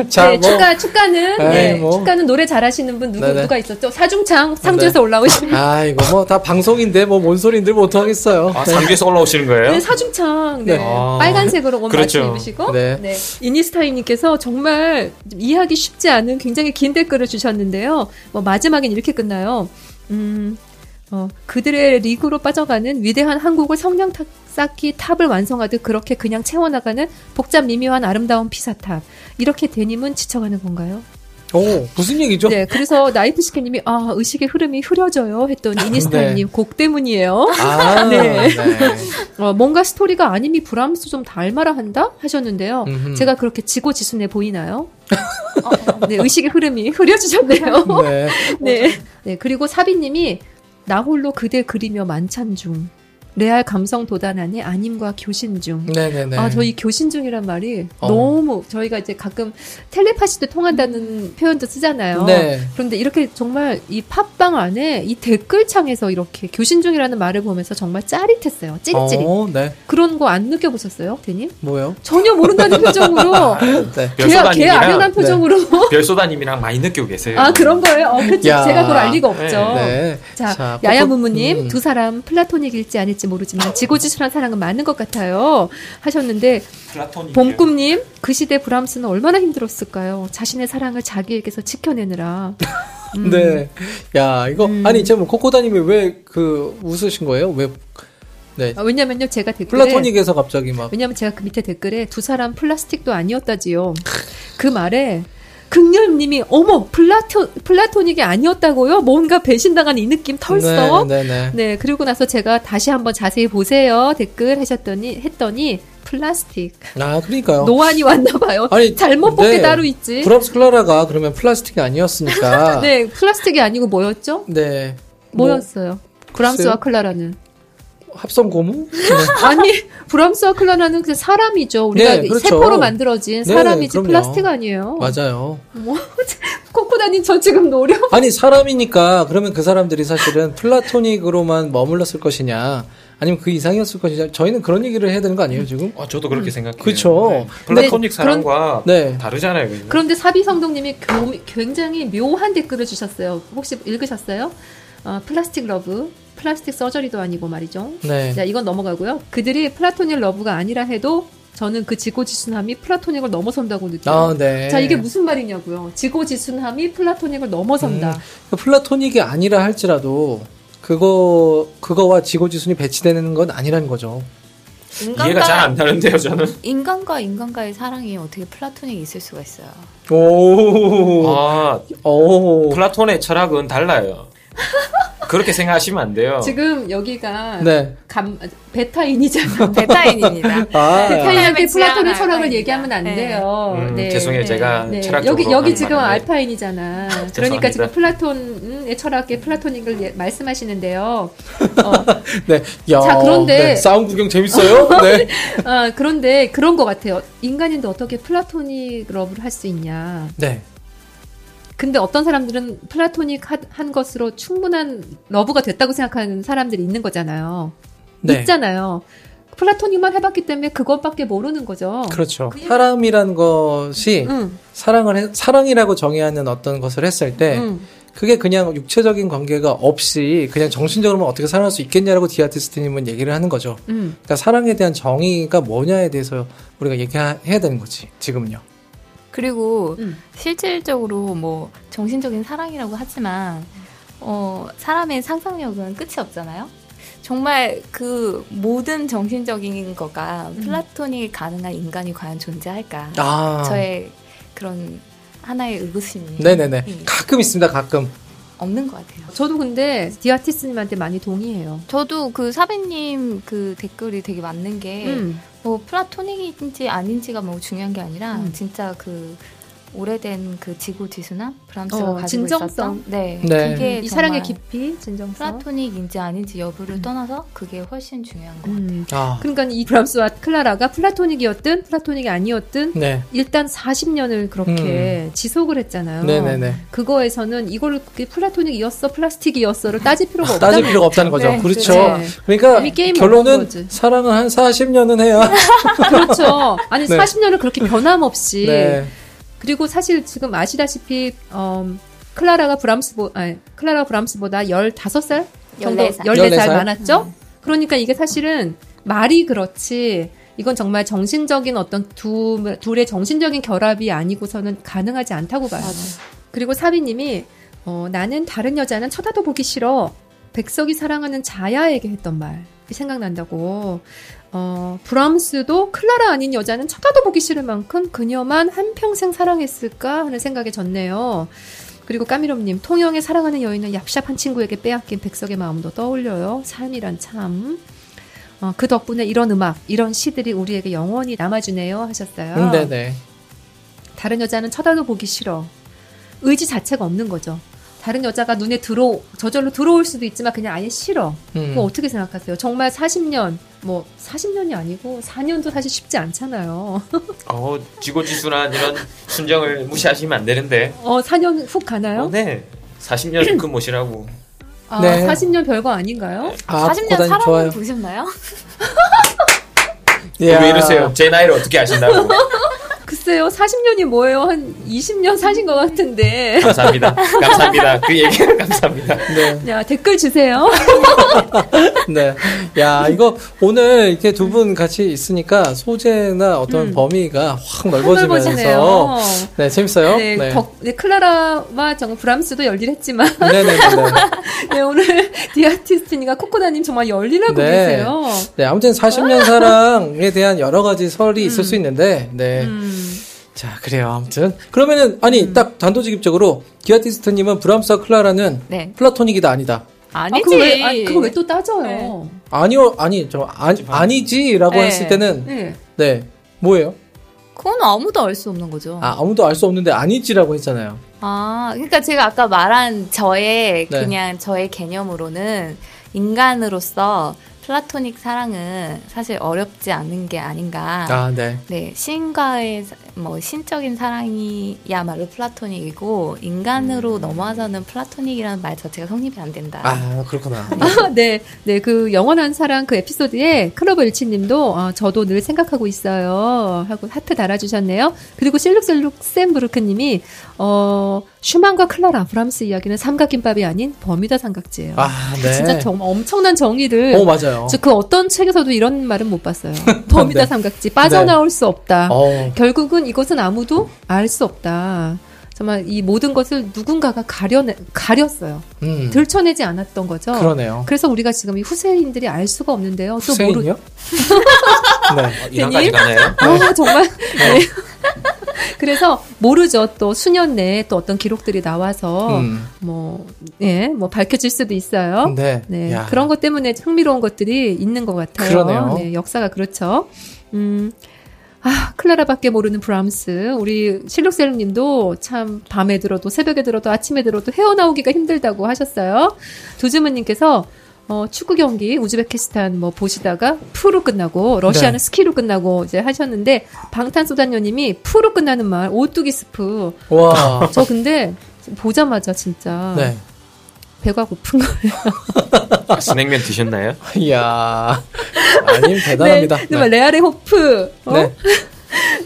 S4: 자,
S2: 네,
S4: 뭐.
S2: 축가, 축가는,
S4: 에이,
S2: 네,
S4: 뭐.
S2: 축가는 노래 잘하시는 분 누구,
S4: 네네. 네.
S2: 누가 있었죠? 사중창 상주에서 올라오신 분.
S4: 아이고 뭐 다 방송인데 뭐 뭔 소리인들 못 하겠어요.
S3: 아, 상주에서 올라오시는 거예요?
S2: 네, 사중창. 네.
S4: 네.
S3: 아.
S2: 빨간색으로 옷
S3: 그렇죠.
S2: 맞춰 입으시고.
S4: 네.
S2: 네. 이니스타임님께서 정말 좀 이해하기 쉽지 않은 굉장히 긴 댓글을 주셨는데요. 뭐, 마지막엔 이렇게 끝나요. 음, 어, 그들의 리그로 빠져가는 위대한 한국을 성냥 탑- 쌓기 탑을 완성하듯 그렇게 그냥 채워나가는 복잡 미묘한 아름다운 피사탑. 이렇게 데님은 지쳐가는 건가요?
S4: 오 무슨 얘기죠?
S2: 네, 그래서 나이프시케님이 아 의식의 흐름이 흐려져요 했더니
S4: 네.
S2: 이니스타님 곡 때문이에요.
S4: 아, 네.
S2: *laughs* 어, 뭔가 스토리가 아님이 브람스 좀 닮아라 한다 하셨는데요.
S4: 음흠.
S2: 제가 그렇게 지고지순해
S4: *laughs*
S2: 보이나요? 네, 의식의 흐름이 흐려지셨네요.
S4: 네.
S2: 네, 네 그리고 사비님이 나 홀로 그대 그리며 만찬 중. 레알 감성 도단하니 아님과 교신 중.
S4: 네네네.
S2: 아, 저희 교신 중이란 말이
S4: 어.
S2: 너무 저희가 이제 가끔 텔레파시도 통한다는 표현도 쓰잖아요.
S4: 네.
S2: 그런데 이렇게 정말 이 팟빵 안에 이 댓글창에서 이렇게 교신 중이라는 말을 보면서 정말 짜릿했어요. 찌릿찌릿.
S4: 어, 네.
S2: 그런 거 안 느껴보셨어요, 대님?
S4: 뭐요?
S2: 전혀 모른다는 표정으로
S4: *laughs* 네.
S2: 걔, 걔 아련한 표정으로.
S3: 별소다님이랑 많이 느끼고 계세요.
S2: 아, 그런 거예요? 어, 그쵸.
S4: 야.
S2: 제가 그걸 알 리가 없죠.
S4: 네.
S2: 자,
S4: 자,
S2: 야야무무님,
S4: 음.
S2: 두 사람 플라토닉일지 아닐지 모르지만 지고지순한 사랑은 많은 것 같아요. 하셨는데,
S3: 플라톤이.
S2: 봄꿈님, 그 시대 브람스는 얼마나 힘들었을까요? 자신의 사랑을 자기에게서 지켜내느라. 음.
S4: 네. 야, 이거
S2: 음.
S4: 아니 지금 코코다님이 왜 그 웃으신 거예요? 왜? 네.
S2: 아, 왜냐면요, 제가 댓글에.
S4: 플라토닉에서 갑자기 막
S2: 왜냐면 제가 그 밑에 댓글에 두 사람 플라스틱도 아니었다지요. 그 말에 극렬님이 어머 플라토 플라토닉이 아니었다고요? 뭔가 배신당한 이 느낌 털썩.
S4: 네, 네, 네.
S2: 네, 그리고 나서 제가 다시 한번 자세히 보세요. 댓글 하셨더니 했더니 플라스틱
S4: 아, 그러니까요.
S2: 노안이 왔나 봐요.
S4: 아니,
S2: 잘못 본 게
S4: 네.
S2: 따로 있지.
S4: 브람스 클라라가 그러면 플라스틱이 아니었으니까.
S2: *laughs* 네, 플라스틱이 아니고 뭐였죠?
S4: 네. 뭐,
S2: 뭐였어요? 브람스와 클라라는
S4: 합성
S2: *laughs*
S4: 고무?
S2: 아니 브람스와 클라라는 그냥 사람이죠. 우리가
S4: 네, 그렇죠.
S2: 세포로 만들어진
S4: 네,
S2: 사람이지
S4: 그럼요.
S2: 플라스틱 아니에요.
S4: 맞아요.
S2: 뭐 코코다님 저 지금 노려.
S4: 아니 사람이니까 그러면 그 사람들이 사실은 플라토닉으로만 머물렀을 것이냐 아니면 그 이상이었을 것이냐 저희는 그런 얘기를 해야 되는 거 아니에요 지금?
S3: 아, 저도
S2: 음.
S3: 그렇게 생각해요.
S4: 그쵸.
S3: 네. 플라토닉
S2: 근데
S3: 사랑과
S4: 네.
S3: 다르잖아요. 그게.
S2: 그런데 사비 성동님이 교- 굉장히 묘한 댓글을 주셨어요. 혹시 읽으셨어요? 어, 플라스틱 러브, 플라스틱 서저리도 아니고 말이죠.
S4: 네.
S2: 자 이건 넘어가고요. 그들이 플라토닉 러브가 아니라 해도 저는 그 지고지순함이 플라토닉을 넘어선다고 느껴요.
S4: 아, 네.
S2: 자 이게 무슨 말이냐고요? 지고지순함이 플라토닉을 넘어선다.
S4: 음. 플라토닉이 아니라 할지라도 그거 그거와 지고지순이 배치되는 건 아니라는 거죠.
S3: 이해가 잘 안 나는데요, 저는.
S5: 인간과 인간과의 사랑이 어떻게 플라토닉이 있을 수가 있어요.
S4: 오.
S3: 아,
S4: 오.
S3: 플라톤의 철학은 달라요. 그렇게 생각하시면 안 돼요.
S2: 지금 여기가
S4: 네.
S2: 감 베타인이잖아요.
S4: *laughs*
S5: 베타인입니다.
S4: 아.
S2: 그 *laughs* 베타인한테
S5: 베타인의
S2: 플라토닉
S5: 지향
S2: 철학을
S5: 알파인이다.
S2: 얘기하면 안
S5: 네.
S2: 돼요.
S3: 음,
S2: 네.
S3: 죄송해요,
S5: 네.
S3: 제가
S2: 네.
S3: 철학적으로.
S2: 여기 여기
S3: 하는
S2: 지금
S3: 말인데. *laughs*
S2: 알파인이잖아. 그러니까
S3: 죄송합니다.
S2: 지금 플라톤의 철학에 플라토닉을 예- 말씀하시는데요.
S4: 네. 야.
S2: 자, 그런데-
S4: 네. 싸움
S2: *laughs*
S4: 구경 재밌어요? 네.
S2: 아, 그런데 그런 것 같아요. 인간인데 어떻게 플라토닉 러브를 할 수 있냐.
S4: 네.
S2: 근데 어떤 사람들은 플라토닉 하- 한 것으로 충분한 러브가 됐다고 생각하는 사람들이 있는 거잖아요.
S4: 네.
S2: 있잖아요. 플라토닉만 해봤기 때문에 그것밖에 모르는 거죠.
S4: 그렇죠. 사람이란 것이
S2: 응,
S4: 사랑을 해- 사랑이라고 정의하는 어떤 것을 했을
S3: 네.
S4: 때
S2: 응.
S4: 그게 그냥 육체적인 관계가 없이 그냥 정신적으로만 어떻게 살아날 수 있겠냐라고 디아티스트님은 얘기를 하는 거죠.
S2: 음.
S4: 그러니까 사랑에 대한 정의가 뭐냐에 대해서 우리가 얘기해야 되는 거지. 지금은요.
S5: 그리고
S2: 음.
S5: 실질적으로 뭐 정신적인 사랑이라고 하지만 어, 사람의 상상력은 끝이 없잖아요. 정말 그 모든 정신적인 거가
S4: 음.
S5: 플라토닉이 가능한 인간이 과연 존재할까?
S4: 아,
S5: 저의 그런 하나의 의구심이
S4: 네네네.
S5: 음,
S4: 가끔 있습니다. 가끔.
S5: 없는 것 같아요.
S2: 저도 근데 디아티스님한테 많이 동의해요.
S5: 저도 그 사배님 그 댓글이 되게 맞는 게
S2: 음.
S5: 뭐 플라토닉인지 아닌지가 뭐 중요한 게 아니라
S2: 음.
S5: 진짜 그 오래된 그 지구지수나 브람스가
S2: 어,
S5: 가지고
S2: 진정성.
S5: 있었던 네,
S4: 네.
S5: 그게
S2: 이 사랑의
S5: 정말
S2: 깊이, 진정성.
S5: 플라토닉인지 아닌지 여부를 떠나서 그게 훨씬 중요한 거.
S2: 음.
S4: 아,
S2: 그러니까 이 브람스와 클라라가 플라토닉이었든 플라토닉이 아니었든
S4: 네.
S2: 일단 40년을 그렇게 지속을 했잖아요.
S4: 음. 네네네.
S2: 그거에서는 이걸 그게 플라토닉이었어, 플라스틱이었어를 아. 따질 필요가 없다.
S4: 아, 따질 필요가 없다는 거죠.
S5: 네,
S4: 그렇죠.
S2: 네.
S4: 그러니까
S2: 이미 게임을 먹은
S4: 결론은
S2: 거지.
S4: 사랑은 한 40년은 해야.
S2: 그렇죠. 아니
S4: *laughs* 네.
S2: 40년을 그렇게 변함없이
S4: 네.
S2: 그리고 사실 지금 아시다시피 음, 클라라가 브람스보 아니, 클라라 브람스보다 15살 정도
S5: 14살.
S2: 14살
S4: 14살?
S2: 많았죠? 그러니까 이게 사실은 말이 그렇지 이건 정말 정신적인 어떤 두 둘의 정신적인 결합이 아니고서는 가능하지 않다고 봐요. 그리고 사비님이 어, 나는 다른 여자는 쳐다도 보기 싫어. 백석이 사랑하는 자야에게 했던 말이 생각난다고. 어, 브람스도 클라라 아닌 여자는 쳐다도 보기 싫을 만큼 그녀만 한평생 사랑했을까 하는 생각에 젖네요. 그리고 까미롬님, 통영의 사랑하는 여인은 얍샵한 친구에게 빼앗긴 백석의 마음도 떠올려요. 삶이란 참. 어, 그 덕분에 이런 음악, 이런 시들이 우리에게 영원히 남아주네요. 하셨어요.
S4: 음, 네네.
S2: 다른 여자는 쳐다도 보기 싫어. 의지 자체가 없는 거죠. 다른 여자가 눈에 들어 저절로 들어올 수도 있지만 그냥 아예 싫어.
S4: 음.
S2: 그거 어떻게 생각하세요? 정말 40년 뭐 40년이 아니고 4년도 사실 쉽지 않잖아요.
S3: 어, 지고지순한 이런 순정을 무시하시면 안 되는데.
S2: 어 4년 훅
S3: 어,
S2: 가나요?
S3: 네. 40년 그 못이라고.
S2: 아
S4: 네.
S2: 40년 별거 아닌가요?
S4: 아,
S5: 40년
S4: 고단이
S5: 살아본
S4: 좋아요.
S5: 보셨나요?
S4: 이야.
S3: 왜 이러세요? 제 나이를 어떻게 아신다고.
S2: 글쎄요 40년이 뭐예요? 한 20년 사신 것 같은데.
S3: 감사합니다. 감사합니다. 그 얘기 감사합니다.
S4: 네.
S2: 야 댓글 주세요.
S4: 네. 야, 이거 오늘 이렇게 두 분 같이 있으니까 소재나 어떤
S2: 음.
S4: 범위가 확 넓어지면서
S2: 해보시네요.
S4: 네, 재밌어요.
S2: 네, 덕, 네, 클라라와 정 브람스도 열일했지만
S4: 네, 네, 네.
S2: 네, 오늘 *laughs* 디아티스트니가 코코다님 정말 열일하고
S4: 네.
S2: 계세요.
S4: 네, 아무튼 40년 사랑에 대한 여러 가지 설이 있을 수 있는데, 네.
S2: 음.
S4: 자, 그래요. 아무튼. 그러면은, 아니, 딱 단도직입적으로, 디아티스트님은 브람스와 클라라는
S5: 네.
S4: 플라토닉이다, 아니다.
S2: 아,
S5: 아니지.
S2: 그거 왜, 아, 그거 왜 또 따져요?
S4: 아니요, 아니, 저, 아니, 아니지라고
S5: 네.
S4: 했을 때는,
S2: 네.
S4: 네. 뭐예요?
S5: 그건 아무도 알 수 없는
S2: 어.
S5: 거죠.
S4: 아, 아무도 알 수 없는데 아니지라고 했잖아요.
S5: 아, 그러니까 제가 아까 말한 저의
S4: 네.
S5: 그냥 저의 개념으로는 인간으로서 플라토닉 사랑은 사실 어렵지 않은 게 아닌가.
S4: 아, 네.
S5: 네, 신과의 사- 뭐 신적인 사랑이야말로 플라토닉이고 인간으로 넘어와서는 플라토닉이라는 말 자체가 성립이 안 된다.
S4: 음. 아, 그렇구나.
S2: 네, 네, 그 영원한 사랑 그 에피소드에 클로버 일치님도 아, 저도 늘 생각하고 있어요 하고 하트 달아주셨네요. 그리고 실룩실룩 샘브루크님이 어 슈만과 클라라 브람스 이야기는 삼각김밥이 아닌 버뮤다 삼각지예요.
S4: 아, 네.
S2: 진짜 정말 엄청난 정의를
S4: 어, 맞아요.
S2: 저 그 어떤 책에서도 이런 말은 못
S4: *laughs*
S2: 봤어요. 버뮤다
S4: 네.
S2: 삼각지 빠져나올 수 없다.
S4: 어,
S2: 결국은 이것은 아무도 알 수 없다. 정말 이 모든 것을 누군가가 가려내, 가렸어요.
S4: 음.
S2: 들춰내지 않았던 거죠.
S4: 그러네요.
S2: 그래서 우리가 지금 이 후세인들이 알 수가 없는데요. 또 모르.
S4: 후세인이요? 네.
S3: 어, 이런까지 가나요?
S2: 아
S4: 어.
S2: 정말. 네. *laughs* 그래서 모르죠. 또 수년 내에 또 어떤 기록들이 나와서
S4: 음.
S2: 뭐 예, 뭐 밝혀질 수도 있어요.
S4: 네.
S2: 네.
S4: 야.
S2: 그런 것 때문에 흥미로운 것들이 있는 것 같아요.
S4: 그러네요.
S2: 네, 역사가 그렇죠. 음. 아, 클라라밖에 모르는 브람스. 우리 실록셀 님도 참 밤에 들어도 새벽에 들어도 아침에 들어도 헤어나오기가 힘들다고 하셨어요. 도즈문 님께서 어, 축구 경기 우즈베키스탄 뭐 보시다가 푸로 끝나고 러시아는
S4: 네.
S2: 스키로 끝나고 이제 하셨는데 방탄소단녀 님이 푸로 끝나는 말 오뚜기 스프. *laughs*
S4: 와.
S2: 저 근데 보자마자 진짜
S4: 네.
S2: 배가 고픈 거예요.
S4: *laughs*
S3: 진행면 드셨나요?
S4: 이야. 아님 대단합니다.
S2: 네, 정말 레알의 호프. 어? 네.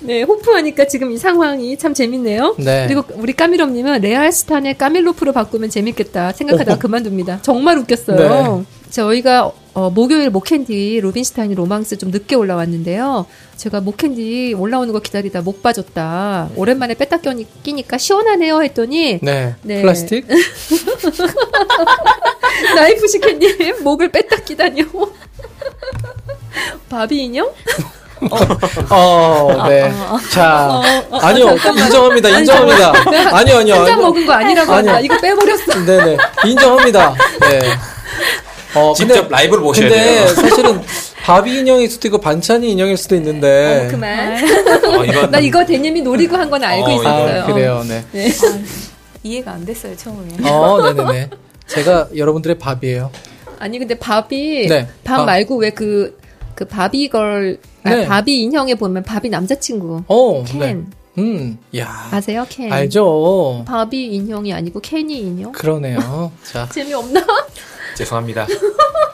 S4: 네.
S2: 호프하니까 지금 이 상황이 참 재밌네요.
S4: 네.
S2: 그리고 우리 까밀럼님은 레알스탄의 까밀로프로 바꾸면 재밌겠다 생각하다가 그만둡니다. 정말 웃겼어요.
S4: 네.
S2: 저희가 어, 목요일 목캔디 로빈슈타인 로망스 좀 늦게 올라왔는데요. 제가 목캔디 올라오는 거 기다리다 목 빠졌다. 오랜만에 빼딱 껴니- 끼니까 시원하네요 했더니 *laughs*
S4: 네.
S2: 네.
S4: 플라스틱?
S2: *laughs* 나이프 시켓님 목을 빼딱 끼다니요. *laughs* 바비 인형?
S4: 어, 네. 자.
S2: 어,
S4: 아니요. 인정합니다. 인정합니다. 아니요, 아니요.
S2: 한 잔
S4: 아니요.
S2: 먹은 거 아니라고
S4: 아니요.
S2: 한다. 이거 빼버렸어.
S4: 네네. 인정합니다. 네. 어,
S3: 직접
S4: 근데,
S3: 라이브를 보셔야
S4: *laughs* 근데
S3: 돼요.
S4: 사실은 바비 인형일 수도 있고 반찬이 인형일 수도 있는데.
S2: 어, 그만.
S3: 어, 이건
S2: 나 이거 대님이 노리고 한 건 알고
S3: 어,
S2: 있었어요.
S4: 아, 그래요. 네.
S2: 네.
S5: 이해가 안 됐어요 처음에.
S4: 어, 네네네. 제가 여러분들의 밥이에요.
S2: 아니 근데 밥이
S4: 네.
S2: 밥
S4: 밥.
S2: 말고 왜 그 그 바비걸 아,
S4: 네.
S2: 바비 인형에 보면 바비 남자친구
S4: 어,
S2: 켄
S4: 네. 음, 야.
S2: 아세요 켄?
S4: 알죠.
S2: 바비 인형이 아니고 켄이 인형?
S4: 그러네요. 자,
S2: 재미없나?
S4: 음, *laughs*
S3: 죄송합니다.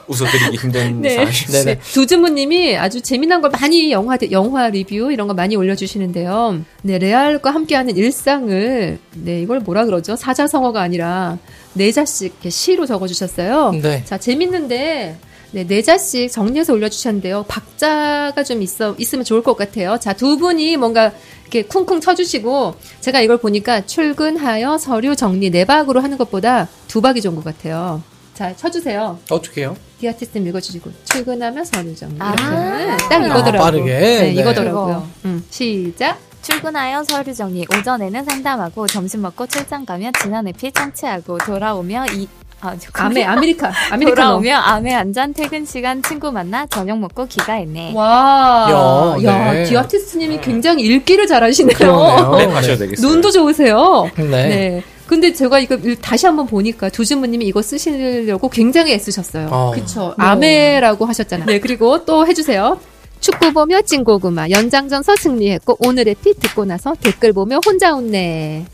S3: 웃어드리기 힘든
S2: 네.
S3: 상황이었어요.
S4: 아, 네네.
S2: 두즈모님이 아주 재미난 걸 많이 영화 영화 리뷰 이런 거 많이 올려주시는데요. 네 레알과 함께하는 일상을 네 이걸 뭐라 그러죠? 사자성어가 아니라 네 자씩 이렇게 시로 적어주셨어요.
S4: 네.
S2: 자 재밌는데 네, 네 자씩 정리해서 올려주셨는데요. 박자가 좀 있어 있으면 좋을 것 같아요. 자 두 분이 뭔가 이렇게 쿵쿵 쳐주시고 제가 이걸 보니까 출근하여 서류 정리 네 박으로 하는 것보다 두 박이 좋은 것 같아요. 자 쳐주세요.
S4: 어떻게요?
S2: 디아티스트 읽어주시고 출근하면 서류 정리
S5: 아.
S2: 이렇게 딱
S5: 아,
S2: 이거더라고요.
S4: 네. 빠르게.
S2: 네,
S4: 네.
S2: 이거더라고요. 음, 시작.
S5: 출근하여 서류 정리, 오전에는 상담하고 점심 먹고 출장 가며 지난 에피 청취하고 돌아오며 이 아, 저-
S2: 아메 아메리카 아메리카노.
S5: 돌아오며 아메 한잔 퇴근 시간 친구 만나 저녁 먹고 기가했네.
S2: 와,
S4: 야,
S2: 야,
S4: 네.
S2: 디아티스트님이 굉장히 읽기를 잘하시네요.
S4: 어, 그러네요.
S3: 네, 가셔도 되겠어요.
S2: 눈도 좋으세요.
S4: 네.
S2: 네. 근데 제가 이거 다시 한번 보니까 조진모님이 이거 쓰시려고 굉장히 애쓰셨어요.
S4: 어.
S2: 그쵸. 아메라고 하셨잖아요. 네, 그리고 또 해주세요. 축구 보며 찐고구마 연장전 서 승리했고 오늘의 핏 듣고 나서 댓글 보며 혼자 웃네.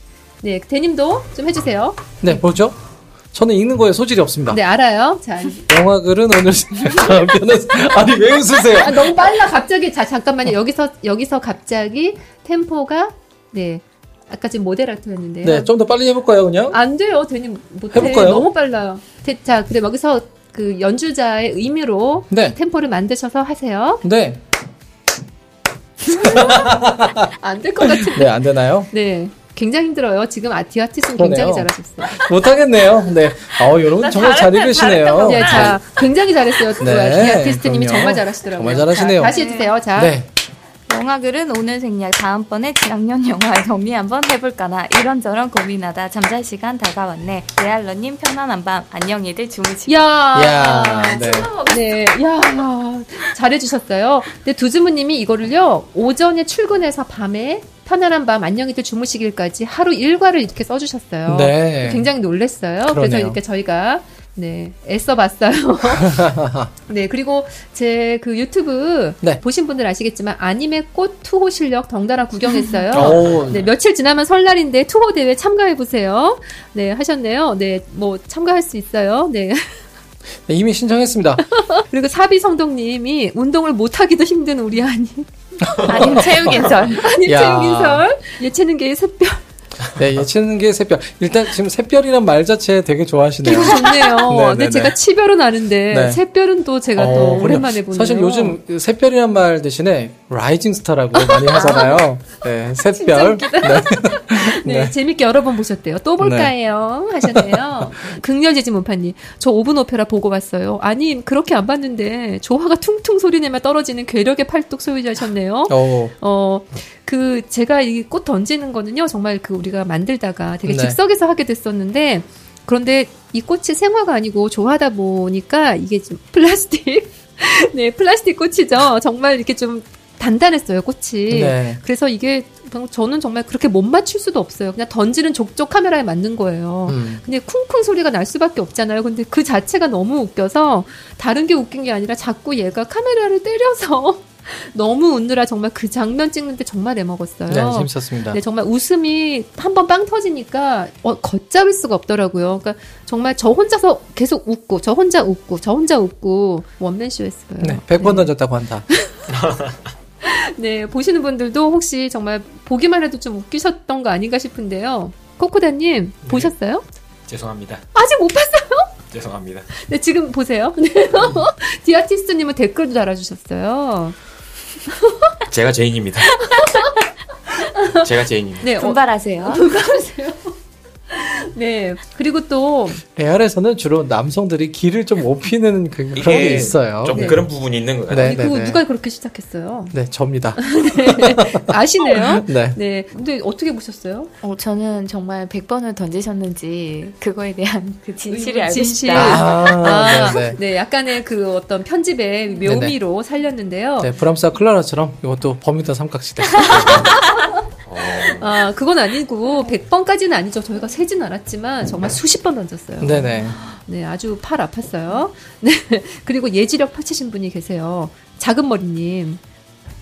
S2: 네, 대님도 좀 해주세요.
S4: 네, 뭐죠? 저는 읽는 거에 소질이 없습니다.
S2: 네, 알아요. 자,
S4: 영화 글은
S2: *laughs*
S4: 오늘 변호사 아니 왜 웃으세요?
S2: 아, 너무 빨라 갑자기 자 잠깐만요. 여기서 여기서 갑자기 템포가 네 아까 지금 모델아트였는데요.
S4: 네, 좀 더 빨리 해볼까요, 그냥?
S2: 안 돼요. 대님 못해.
S4: 해볼까요?
S2: 너무 빨라요. 대- 자, 근데 여기서 그 연주자의 의미로
S4: 네,
S2: 템포를 만드셔서 하세요.
S4: 네,
S2: 안 될 것 같아.
S4: 네, 안 되나요?
S2: *laughs* 네. 굉장히 힘들어요. 지금 아티아티스는
S4: 그러네요.
S2: 굉장히 잘하셨어요.
S4: 못하겠네요. 네, 어 여러분 정말 잘 읽으시네요.
S2: 네, 자, 굉장히 잘했어요. 두
S4: 네,
S2: 아티아티스트님이
S4: 그럼요.
S2: 정말 잘하시더라고요.
S4: 정말 잘하시네요.
S2: 자, 다시 해주세요. 자,
S4: 네,
S5: 영화글은 오늘 생략 다음번에 작년 영화의 정리 한번 해볼까나 이런저런 고민하다 잠잘 시간 다가왔네 레알러님 편안한 밤 안녕 얘들 주무시고
S2: 야,
S4: 야, 네,
S2: 네, 야, 잘해주셨어요. 근데 두즈무님이 이거를요 오전에 출근해서 밤에 편안한 밤 안녕히들 주무시길까지 하루 일과를 이렇게 써주셨어요.
S4: 네,
S2: 굉장히 놀랬어요. 그래서
S4: 그러네요.
S2: 이렇게 저희가 네 애써
S4: *laughs*
S2: 봤어요. 네 그리고 제 그 유튜브
S4: 네.
S2: 보신 분들 아시겠지만 아님의 꽃 투호 실력 덩달아
S4: *laughs*
S2: 구경했어요.
S4: 오,
S2: 네 며칠 지나면 설날인데 투호 대회 참가해 보세요. 네 하셨네요. 네 뭐 참가할 수 있어요. 네
S4: 네, 이미 신청했습니다.
S2: 그리고 사비 성동님이 운동을 못하기도 힘든 우리
S5: *laughs*
S2: 아님 *laughs*
S5: 아님 체육인설
S2: 아님
S4: 야.
S2: 체육인설 예체능계의 샛별
S4: 네, 예치는 게 새별. 일단 지금 새별이란 말 자체 되게 좋아하시네요.
S2: 기분 좋네요.
S4: *laughs* 네,
S2: 근데
S4: 네,
S2: 제가
S4: 네.
S2: 치별은 아는데
S4: 네.
S2: 샛별은 또 제가
S4: 어,
S2: 또
S4: 그래요.
S2: 오랜만에 보네요.
S4: 사실 요즘 새별이란 말 대신에 라이징 스타라고
S2: *laughs*
S4: 많이 하잖아요. 네, 새별. 네.
S2: 네, 재밌게 여러 번 보셨대요. 또 볼까요?
S4: *laughs*
S2: 하셨네요. 극렬지지 문파님, 저 5분 오페라 보고 왔어요. 아니, 그렇게 안 봤는데, 조화가 퉁퉁 소리내며 떨어지는 괴력의 팔뚝 소유자셨네요.
S4: 오,
S2: 어, 그, 제가 이 꽃 던지는 거는요, 정말 그 우리가 만들다가 되게
S4: 네.
S2: 즉석에서 하게 됐었는데, 그런데 이 꽃이 생화가 아니고 조화다 보니까 이게 좀 플라스틱, *laughs* 네, 플라스틱 꽃이죠. 정말 이렇게 좀 단단했어요, 꽃이.
S4: 네.
S2: 그래서 이게 정- 저는 정말 그렇게 못 맞출 수도 없어요. 그냥 던지는 족족 카메라에 맞는 거예요.
S4: 음.
S2: 근데 쿵쿵 소리가 날 수밖에 없잖아요. 근데 그 자체가 너무 웃겨서 다른 게 웃긴 게 아니라 자꾸 얘가 카메라를 때려서 *laughs* 너무 웃느라 정말 그 장면 찍는데 정말 애먹었어요.
S4: 네, 재밌었습니다.
S2: 네, 정말 웃음이 한 번 빵 터지니까 어, 걷잡을 수가 없더라고요. 그러니까 정말 저 혼자서 계속 웃고 저 혼자 웃고 저 혼자 웃고 원맨쇼였어요.
S4: 네, 100번 던졌다고 한다.
S2: 네, 보시는 분들도 혹시 정말 보기만 해도 좀 웃기셨던 거 아닌가 싶은데요. 코코다님,
S4: 네.
S2: 보셨어요?
S3: 죄송합니다.
S2: 아직 못 봤어요?
S3: 죄송합니다.
S2: 네, 지금 보세요. *laughs* 네. 디아티스트님은 댓글도 달아주셨어요.
S3: 제가 죄인입니다.
S4: *laughs*
S3: 제가 죄인입니다.
S2: 네, 어, *laughs*
S5: 분발하세요
S2: 네. 그리고 또,
S4: 레알에서는 주로 남성들이 길을 좀 오피는 그, 런
S3: 이게
S4: 게 있어요.
S3: 좀
S4: 네.
S3: 그런 부분이 있는 것 같아요.
S4: 네,
S2: 이거
S4: 네, 네.
S2: 누가 그렇게 시작했어요?
S4: 네, 접니다.
S2: 네. 아시네요?
S4: *laughs* 네.
S2: 네. 근데 어떻게 보셨어요?
S5: 어, 저는 정말 100번을 던지셨는지 그거에 대한 그 진실을 알고
S2: 진실.
S5: 싶다
S4: 아,
S2: 아,
S4: 네, 네.
S2: 네, 약간의 그 어떤 편집의 묘미로 살렸는데요.
S4: 네, 브람스와 클라라처럼 이것도
S2: *laughs*
S4: 버뮤다 삼각지대.
S3: 어,
S2: 아, 그건 아니고, 100번까지는 아니죠. 저희가 세진 않았지만, 정말 수십 번 던졌어요.
S4: 네네.
S2: 네, 아주 팔 아팠어요. *laughs* 네, 그리고 예지력 펼치신 분이 계세요. 작은 머리님.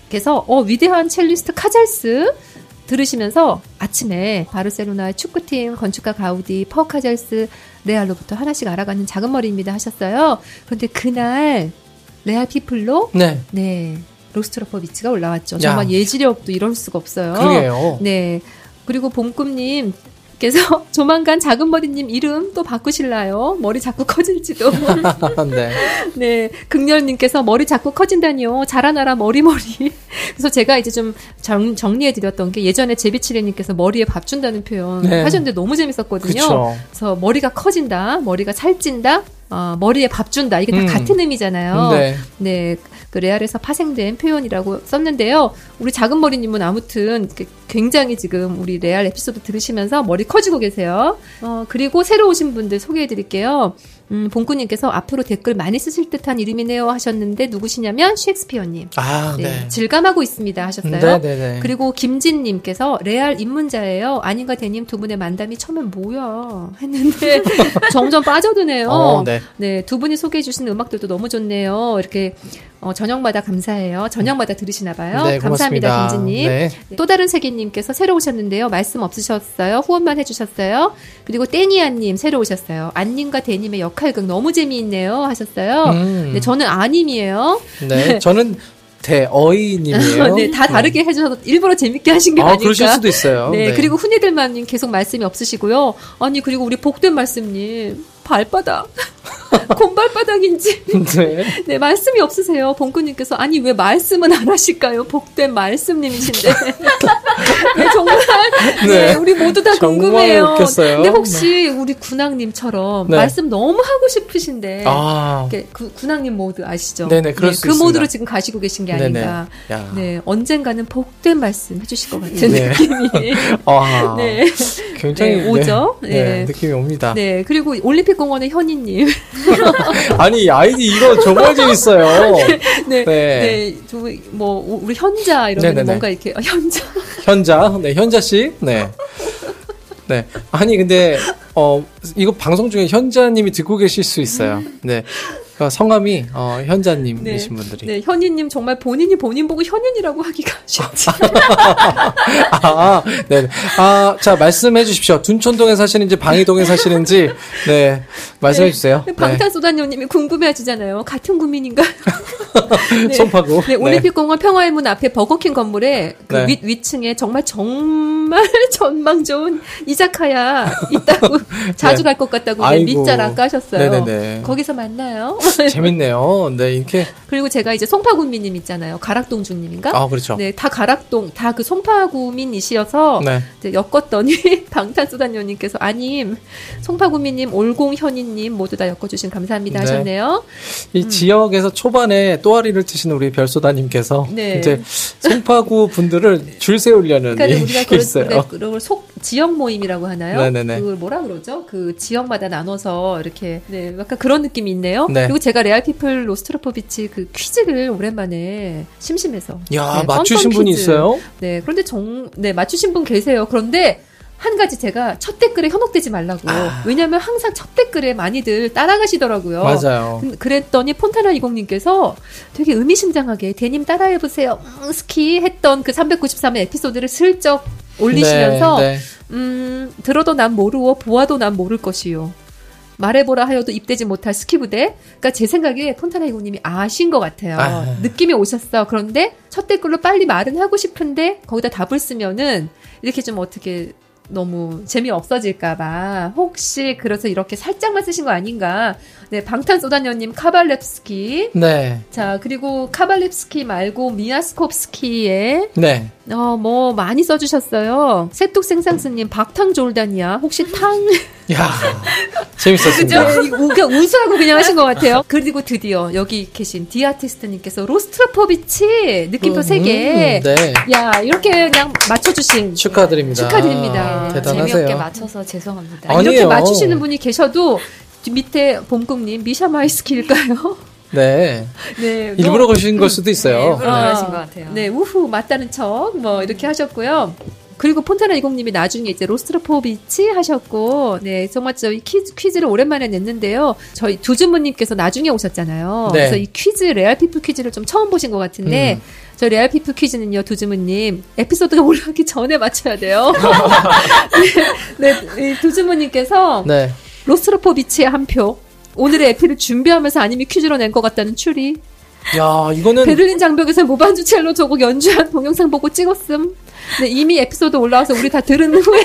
S2: 그래서 어 위대한 첼리스트 카잘스 들으시면서 아침에 바르셀로나의 축구팀 건축가 가우디, 퍼 카잘스, 레알로부터 하나씩 알아가는 작은 머리입니다 하셨어요. 그런데 그날 레알 피플로
S4: 네,
S2: 네 로스트로퍼비치가 올라왔죠. 정말 예지력도 이럴 수가 없어요.
S4: 그러게요.
S2: 네. 그리고 봄꿈님. 께서 *laughs* 조만간 작은 머리님 이름 또 바꾸실라요? 머리 자꾸 커질지도. *laughs*
S4: *laughs* 네.
S2: 네, 극렬님께서 머리 자꾸 커진다니요. 자라나라 머리머리. *laughs* 그래서 제가 이제 좀 정, 정리해드렸던 게 예전에 제비치레님께서 머리에 밥 준다는 표현
S4: 네.
S2: 하셨는데 너무 재밌었거든요.
S4: 그쵸.
S2: 그래서 머리가 커진다, 머리가 살찐다, 어, 머리에 밥 준다. 이게 다
S4: 음.
S2: 같은 의미잖아요.
S4: 네.
S2: 네, 그 레알에서 파생된 표현이라고 썼는데요. 우리 작은 머리님은 아무튼 이렇게 굉장히 지금 우리 레알 에피소드 들으시면서 머리 커지고 계세요. 어, 그리고 새로 오신 분들 소개해 드릴게요. 음, 봉구님께서 앞으로 댓글 많이 쓰실 듯한 이름이네요 하셨는데 누구시냐면 셰익스피어님.
S4: 아,
S2: 네,
S4: 네.
S2: 질감하고 있습니다 하셨어요.
S4: 네, 네, 네.
S2: 그리고 김진님께서 레알 입문자예요. 아닌가 대님 두 분의 만담이 처음엔 뭐야
S4: *laughs*
S2: 했는데 점점 빠져드네요.
S4: 어, 네.
S2: 네, 두 분이 소개해 주신 음악들도 너무 좋네요. 이렇게 어, 저녁마다 감사해요. 저녁마다 들으시나 봐요.
S4: 네,
S2: 감사합니다,
S4: 고맙습니다.
S2: 김진님.
S4: 네.
S2: 또 다른 세계님께서 새로 오셨는데요. 말씀 없으셨어요. 후원만 해주셨어요. 그리고 떼니아님 새로 오셨어요. 안님과 대님의 역할극 너무 재미있네요 하셨어요.
S4: 음,
S2: 네, 저는 아님이에요.
S4: 네, 저는 대어이님이에요.
S2: *laughs* 네, 다 다르게 해주셔서 일부러 재밌게 하신 게
S4: 아,
S2: 아, 닐까
S4: 그러실 수도 있어요.
S2: 네, 그리고 훈이들만님 계속 말씀이 없으시고요. 아니 그리고 우리 복된 말씀님 발바닥 *laughs* 곰발바닥인지
S4: *laughs*
S2: *laughs*
S4: 네.
S2: 네 말씀이 없으세요. 봉구님께서 아니 왜 말씀은 안 하실까요? 복된 말씀님이신데 *laughs* 네, 정말 네,
S4: *laughs* 네.
S2: 우리 모두 다
S4: 정말
S2: 궁금해요.
S4: 웃겼어요.
S2: 근데 혹시 우리 군왕님처럼
S4: 네.
S2: 말씀 너무 하고 싶으신데
S4: 아,
S2: 이렇게 그 군왕님 모드 아시죠?
S4: 네네, 그럴 수
S2: 그
S4: 있습니다. 네.
S2: 모드로 지금 가시고 계신 게 아닌가.
S4: 야.
S2: 네, 언젠가는 복된 말씀 해주실 것 같은
S4: 네.
S2: 느낌이.
S4: *laughs* 아,
S2: 네.
S4: 굉장히
S2: 네, 오죠?
S4: 네,
S2: 네.
S4: 네, 느낌이 옵니다.
S2: 네, 그리고 올림픽공원의 현이님. *laughs*
S4: 아니 아이디 이거 정말 재밌어요.
S2: *laughs* 네.
S4: 네.
S2: 네. 좀 뭐, 우리 현자 이러면
S4: 네네네.
S2: 뭔가 이렇게, 어,
S4: *laughs*
S2: 현자.
S4: 현자, 네 현자 씨, 네, 네. 아니 근데 어 이거 방송 중에 현자님이 듣고 계실 수 있어요. 네, 그러니까 성함이 어, 현자님이신 분들이.
S2: 네, 현이님 정말 본인이 본인 보고 현인이라고 하기가 쉽지.
S4: 아, 네. 아, 자 말씀해 주십시오. 둔촌동에 사시는지 방이동에 사시는지, 네 말씀해 주세요. 네.
S2: 방탄소단님이 궁금해 하시잖아요. 같은
S4: *laughs*
S2: 구민인가? 네.
S4: 손파구.
S2: 네, 올림픽공원 평화의 문 앞에 버거킹 건물에 그
S4: 네.
S2: 윗, 위층에 정말 정말 *laughs* 전망 좋은 이자카야 있다고 자주
S4: *laughs* 네.
S2: 갈 것 같다고
S4: 아이고.
S2: 밑자랑 까셨어요.
S4: 네네네.
S2: 거기서 만나요. *laughs*
S4: 재밌네요. 네 이렇게
S2: 그리고 제가 이제 송파구민님 있잖아요. 가락동주님인가?
S4: 아 그렇죠.
S2: 네, 다 가락동, 다 그 송파구민이시여서
S4: 네.
S2: 이제 엮었더니 *laughs* 방탄소단녀님께서 아님, 송파구민님, 올공현이님 모두 다 엮어주신 감사합니다
S4: 네.
S2: 하셨네요.
S4: 이
S2: 음.
S4: 지역에서 초반에 또아리를 트신 우리 별소다님께서
S2: 네.
S4: 이제 송파구 분들을
S2: *laughs*
S4: 줄 세우려는
S2: 그러니까 우리가
S4: 일이
S2: 그런
S4: 네, 있어요.
S2: 그걸 속 지역 모임이라고 하나요?
S4: 네네네.
S2: 그걸 뭐라 그러죠? 그 지역마다 나눠서 이렇게 네, 약간 그런 느낌이 있네요.
S4: 네.
S2: 그리고 제가 레알피플 로스트로포비치 그 퀴즈를 오랜만에 심심해서
S4: 야
S2: 네,
S4: 맞추신
S2: 뻔뻔
S4: 분이
S2: 퀴즈.
S4: 있어요?
S2: 네, 그런데 정, 네, 맞추신 분 계세요. 그런데 한 가지 제가 첫 댓글에 현혹되지 말라고. 왜냐면 항상 첫 댓글에 많이들 따라가시더라고요.
S4: 아. 맞아요.
S2: 그- 그랬더니 폰타나 20님께서 되게 의미심장하게 대님 따라해보세요. 음, 스키 했던 그 393의 에피소드를 슬쩍 올리시면서
S4: 네, 네.
S2: 음, 들어도 난 모르고 보아도 난 모를 것이요. 말해보라 하여도 입대지 못할 스키부대. 그러니까 제 생각에 폰타나 이고님이 아신 것 같아요.
S4: 아.
S2: 느낌이 오셨어. 그런데 첫 댓글로 빨리 말은 하고 싶은데 거기다 답을 쓰면은 이렇게 좀 어떻게 너무 재미 없어질까봐 혹시 그래서 이렇게 살짝만 쓰신 거 아닌가? 네 방탄소단녀님 카발렙스키
S4: 네.
S2: 자 그리고 카발렙스키 말고 미아스콥스키의
S4: 네.
S2: 어, 뭐, 많이 써주셨어요. 새뚝생상스님, 박탕졸단이야. 혹시
S4: *laughs*
S2: 탕,
S4: 네. 야
S2: *laughs*
S4: 재밌었습니다.
S2: 네, 이거 우- 그냥 웃으라고 그냥 하신 것 같아요. 그리고 드디어 여기 계신 디아티스트님께서 로스트라포비치 느낌표 세 3개.
S4: 음, 네.
S2: 야, 이렇게 그냥 맞춰주신.
S4: 축하드립니다.
S2: 축하드립니다.
S5: 네, 재미없게
S4: 대단하세요.
S5: 맞춰서 죄송합니다.
S4: 아니,
S2: 이렇게
S4: 아니에요.
S2: 맞추시는 분이 계셔도 밑에 봄꿈님, 미샤마이스키일까요? *laughs*
S4: 네.
S2: 네.
S4: 일부러 거신 걸 수도
S5: 네,
S4: 있어요.
S5: 일부러
S4: 네.
S5: 그러신 것 같아요.
S2: 네, 우후 맞다는 척 뭐 이렇게 하셨고요. 그리고 폰타나 이공님이 나중에 이제 로스트로포비치 하셨고, 네 정말 저희 퀴즈, 퀴즈를 오랜만에 냈는데요. 저희 두준모님께서 나중에 오셨잖아요.
S4: 네.
S2: 그래서 이 퀴즈 레알피플 퀴즈를 좀 처음 보신 것 같은데,
S4: 음.
S2: 저희 레알피플 퀴즈는요, 두준모님 에피소드가 올라오기 전에 맞춰야 돼요. *laughs* 네, 네, 이 두준모님께서
S4: 네.
S2: 로스트로포비치의 한 표. 오늘의 에피를 준비하면서 아님이 퀴즈로 낸 것 같다는 추리.
S4: 야 이거는
S2: 베를린 장벽에서 무반주 첼로 조곡 연주한 동영상 보고 찍었음. 네, 이미 에피소드 올라와서 우리 다 들은 후에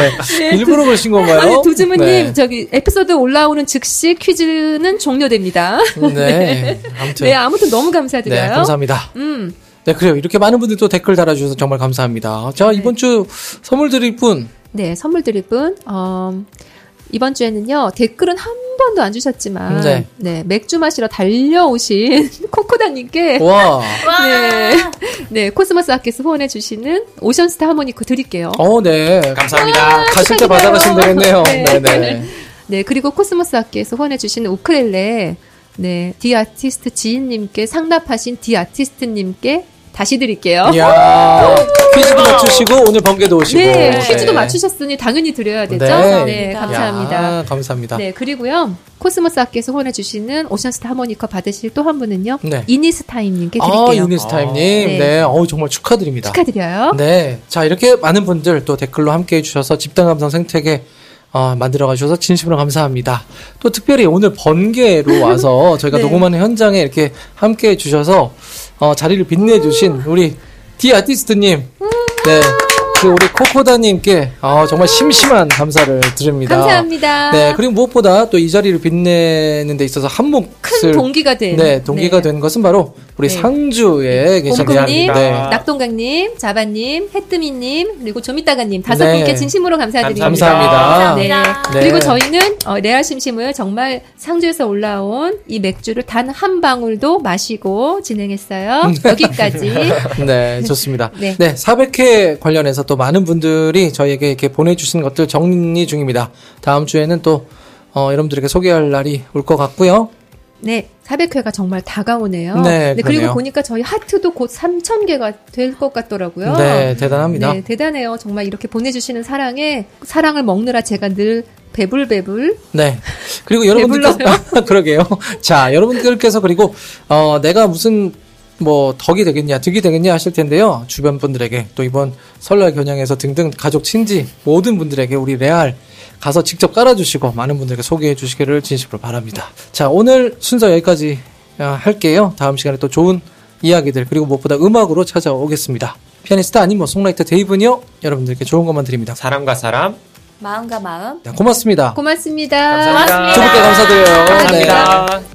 S4: 네. *laughs* 일부러 거신 건가요?
S2: 아니 도즈무님
S4: 네.
S2: 저기 에피소드 올라오는 즉시 퀴즈는 종료됩니다.
S4: *laughs*
S2: *laughs*
S4: 네. 아무튼
S2: 네 아무튼 너무 감사드려요.
S4: 네, 감사합니다.
S2: 음,
S4: 네, 그래요. 이렇게 많은 분들이 또 댓글 달아주셔서 정말 감사합니다. 자, 이번 주 선물 드릴 분.
S2: 네 선물 드릴 분 어, 이번 주에는요 댓글은 한 번도 안 주셨지만 네,
S4: 네.
S2: 맥주 마시러 달려오신 *laughs* 코코다님께
S4: 와.
S5: 와!
S2: 네, 네 코스모스 아께서 후원해 주시는 오션스타 하모니코 드릴게요.
S4: 어, 네.
S3: 감사합니다.
S4: 가실 때
S2: 축하드려요.
S4: 받아가시면 되겠네요.
S2: 네.
S4: 네, 네.
S2: 네, 그리고 코스모스 악기에서 후원해주신 우크렐레, 네, 디 아티스트 지인님께 상납하신 디 아티스트님께 다시 드릴게요.
S4: 이야, 퀴즈도 맞추시고, 오늘 번개도 오시고.
S2: 네, 퀴즈도 맞추셨으니 당연히 드려야 되죠?
S4: 네.
S2: 네, 감사합니다.
S4: 야, 감사합니다.
S2: 네, 그리고요, 코스모스 악기에서 후원해주시는 오션스타 하모니커 받으실 또 한 분은요,
S4: 네.
S2: 이니스타임님께
S4: 아,
S2: 드릴게요.
S4: 유니스타임님.
S2: 네.
S4: 네. 어우, 정말 축하드립니다.
S2: 축하드려요.
S4: 네. 자, 이렇게 많은 분들 또 댓글로 함께 해주셔서 집단감성 생태계 어, 만들어가셔서 진심으로 감사합니다. 또 특별히 오늘 번개로
S2: *laughs*
S4: 와서 저희가
S2: 네.
S4: 녹음하는 현장에 이렇게 함께 해주셔서 어, 자리를
S2: 음.
S4: 빛내주신 우리 디 아티스트님. 네. 그리고 우리 코코다님께 어, 정말 심심한 감사를 드립니다.
S2: 감사합니다.
S4: 네. 그리고 무엇보다 또 이 자리를 빛내는 데 있어서 한
S2: 큰
S4: 몫을
S2: 동기가 된.
S4: 네, 동기가
S2: 네.
S4: 된 것은 바로 우리
S2: 네.
S4: 상주에 계신
S2: 곰꿈님,
S4: 네.
S2: 낙동강님, 자바님, 해뜨미님, 그리고 조미따가님 다섯
S4: 네.
S2: 분께 진심으로 감사드립니다.
S4: 감사합니다.
S2: 네.
S4: 네.
S2: 그리고 저희는 어, 레알 심심을 정말 상주에서 올라온 이 맥주를 단 한 방울도 마시고
S4: 음.
S2: 진행했어요. 여기까지.
S4: *laughs* 네, 좋습니다.
S2: 네.
S4: 네. 400회 관련해서 또 많은 분들이 저희에게 이렇게 보내주신 것들 정리 중입니다. 다음 주에는 또 어, 여러분들에게 소개할 날이 올 것 같고요.
S2: 네, 400회가 정말 다가오네요.
S4: 네,
S2: 그리고
S4: 그러네요.
S2: 보니까 저희 하트도 곧 3,000개가 될 것 같더라고요.
S4: 네, 대단합니다.
S2: 네,
S4: 네,
S2: 대단해요. 정말 이렇게 보내주시는 사랑에 사랑을 먹느라 제가 늘 배불배불
S4: 네. 그리고 여러분들께서 *laughs* 아, 그러게요. 자, 여러분들께서 그리고 어, 내가 무슨 뭐 덕이 되겠냐, 득이 되겠냐 하실 텐데요. 주변 분들에게 또 이번 설날 겨냥해서 등등 가족 친지 모든 분들에게 우리 레알 가서 직접 깔아주시고 많은 분들에게 소개해 주시기를 진심으로 바랍니다. 자, 오늘 순서 여기까지 어, 할게요. 다음 시간에 또 좋은 이야기들 그리고 무엇보다 음악으로 찾아오겠습니다. 피아니스트 아닌 뭐 송라이터 데이브는요. 여러분들께 좋은 것만 드립니다.
S3: 사람과 사람.
S5: 마음과 마음.
S4: 고맙습니다.
S2: 고맙습니다.
S3: 감사합니다.
S4: 두 분께 감사드려요. 네.
S3: 아, 감사합니다.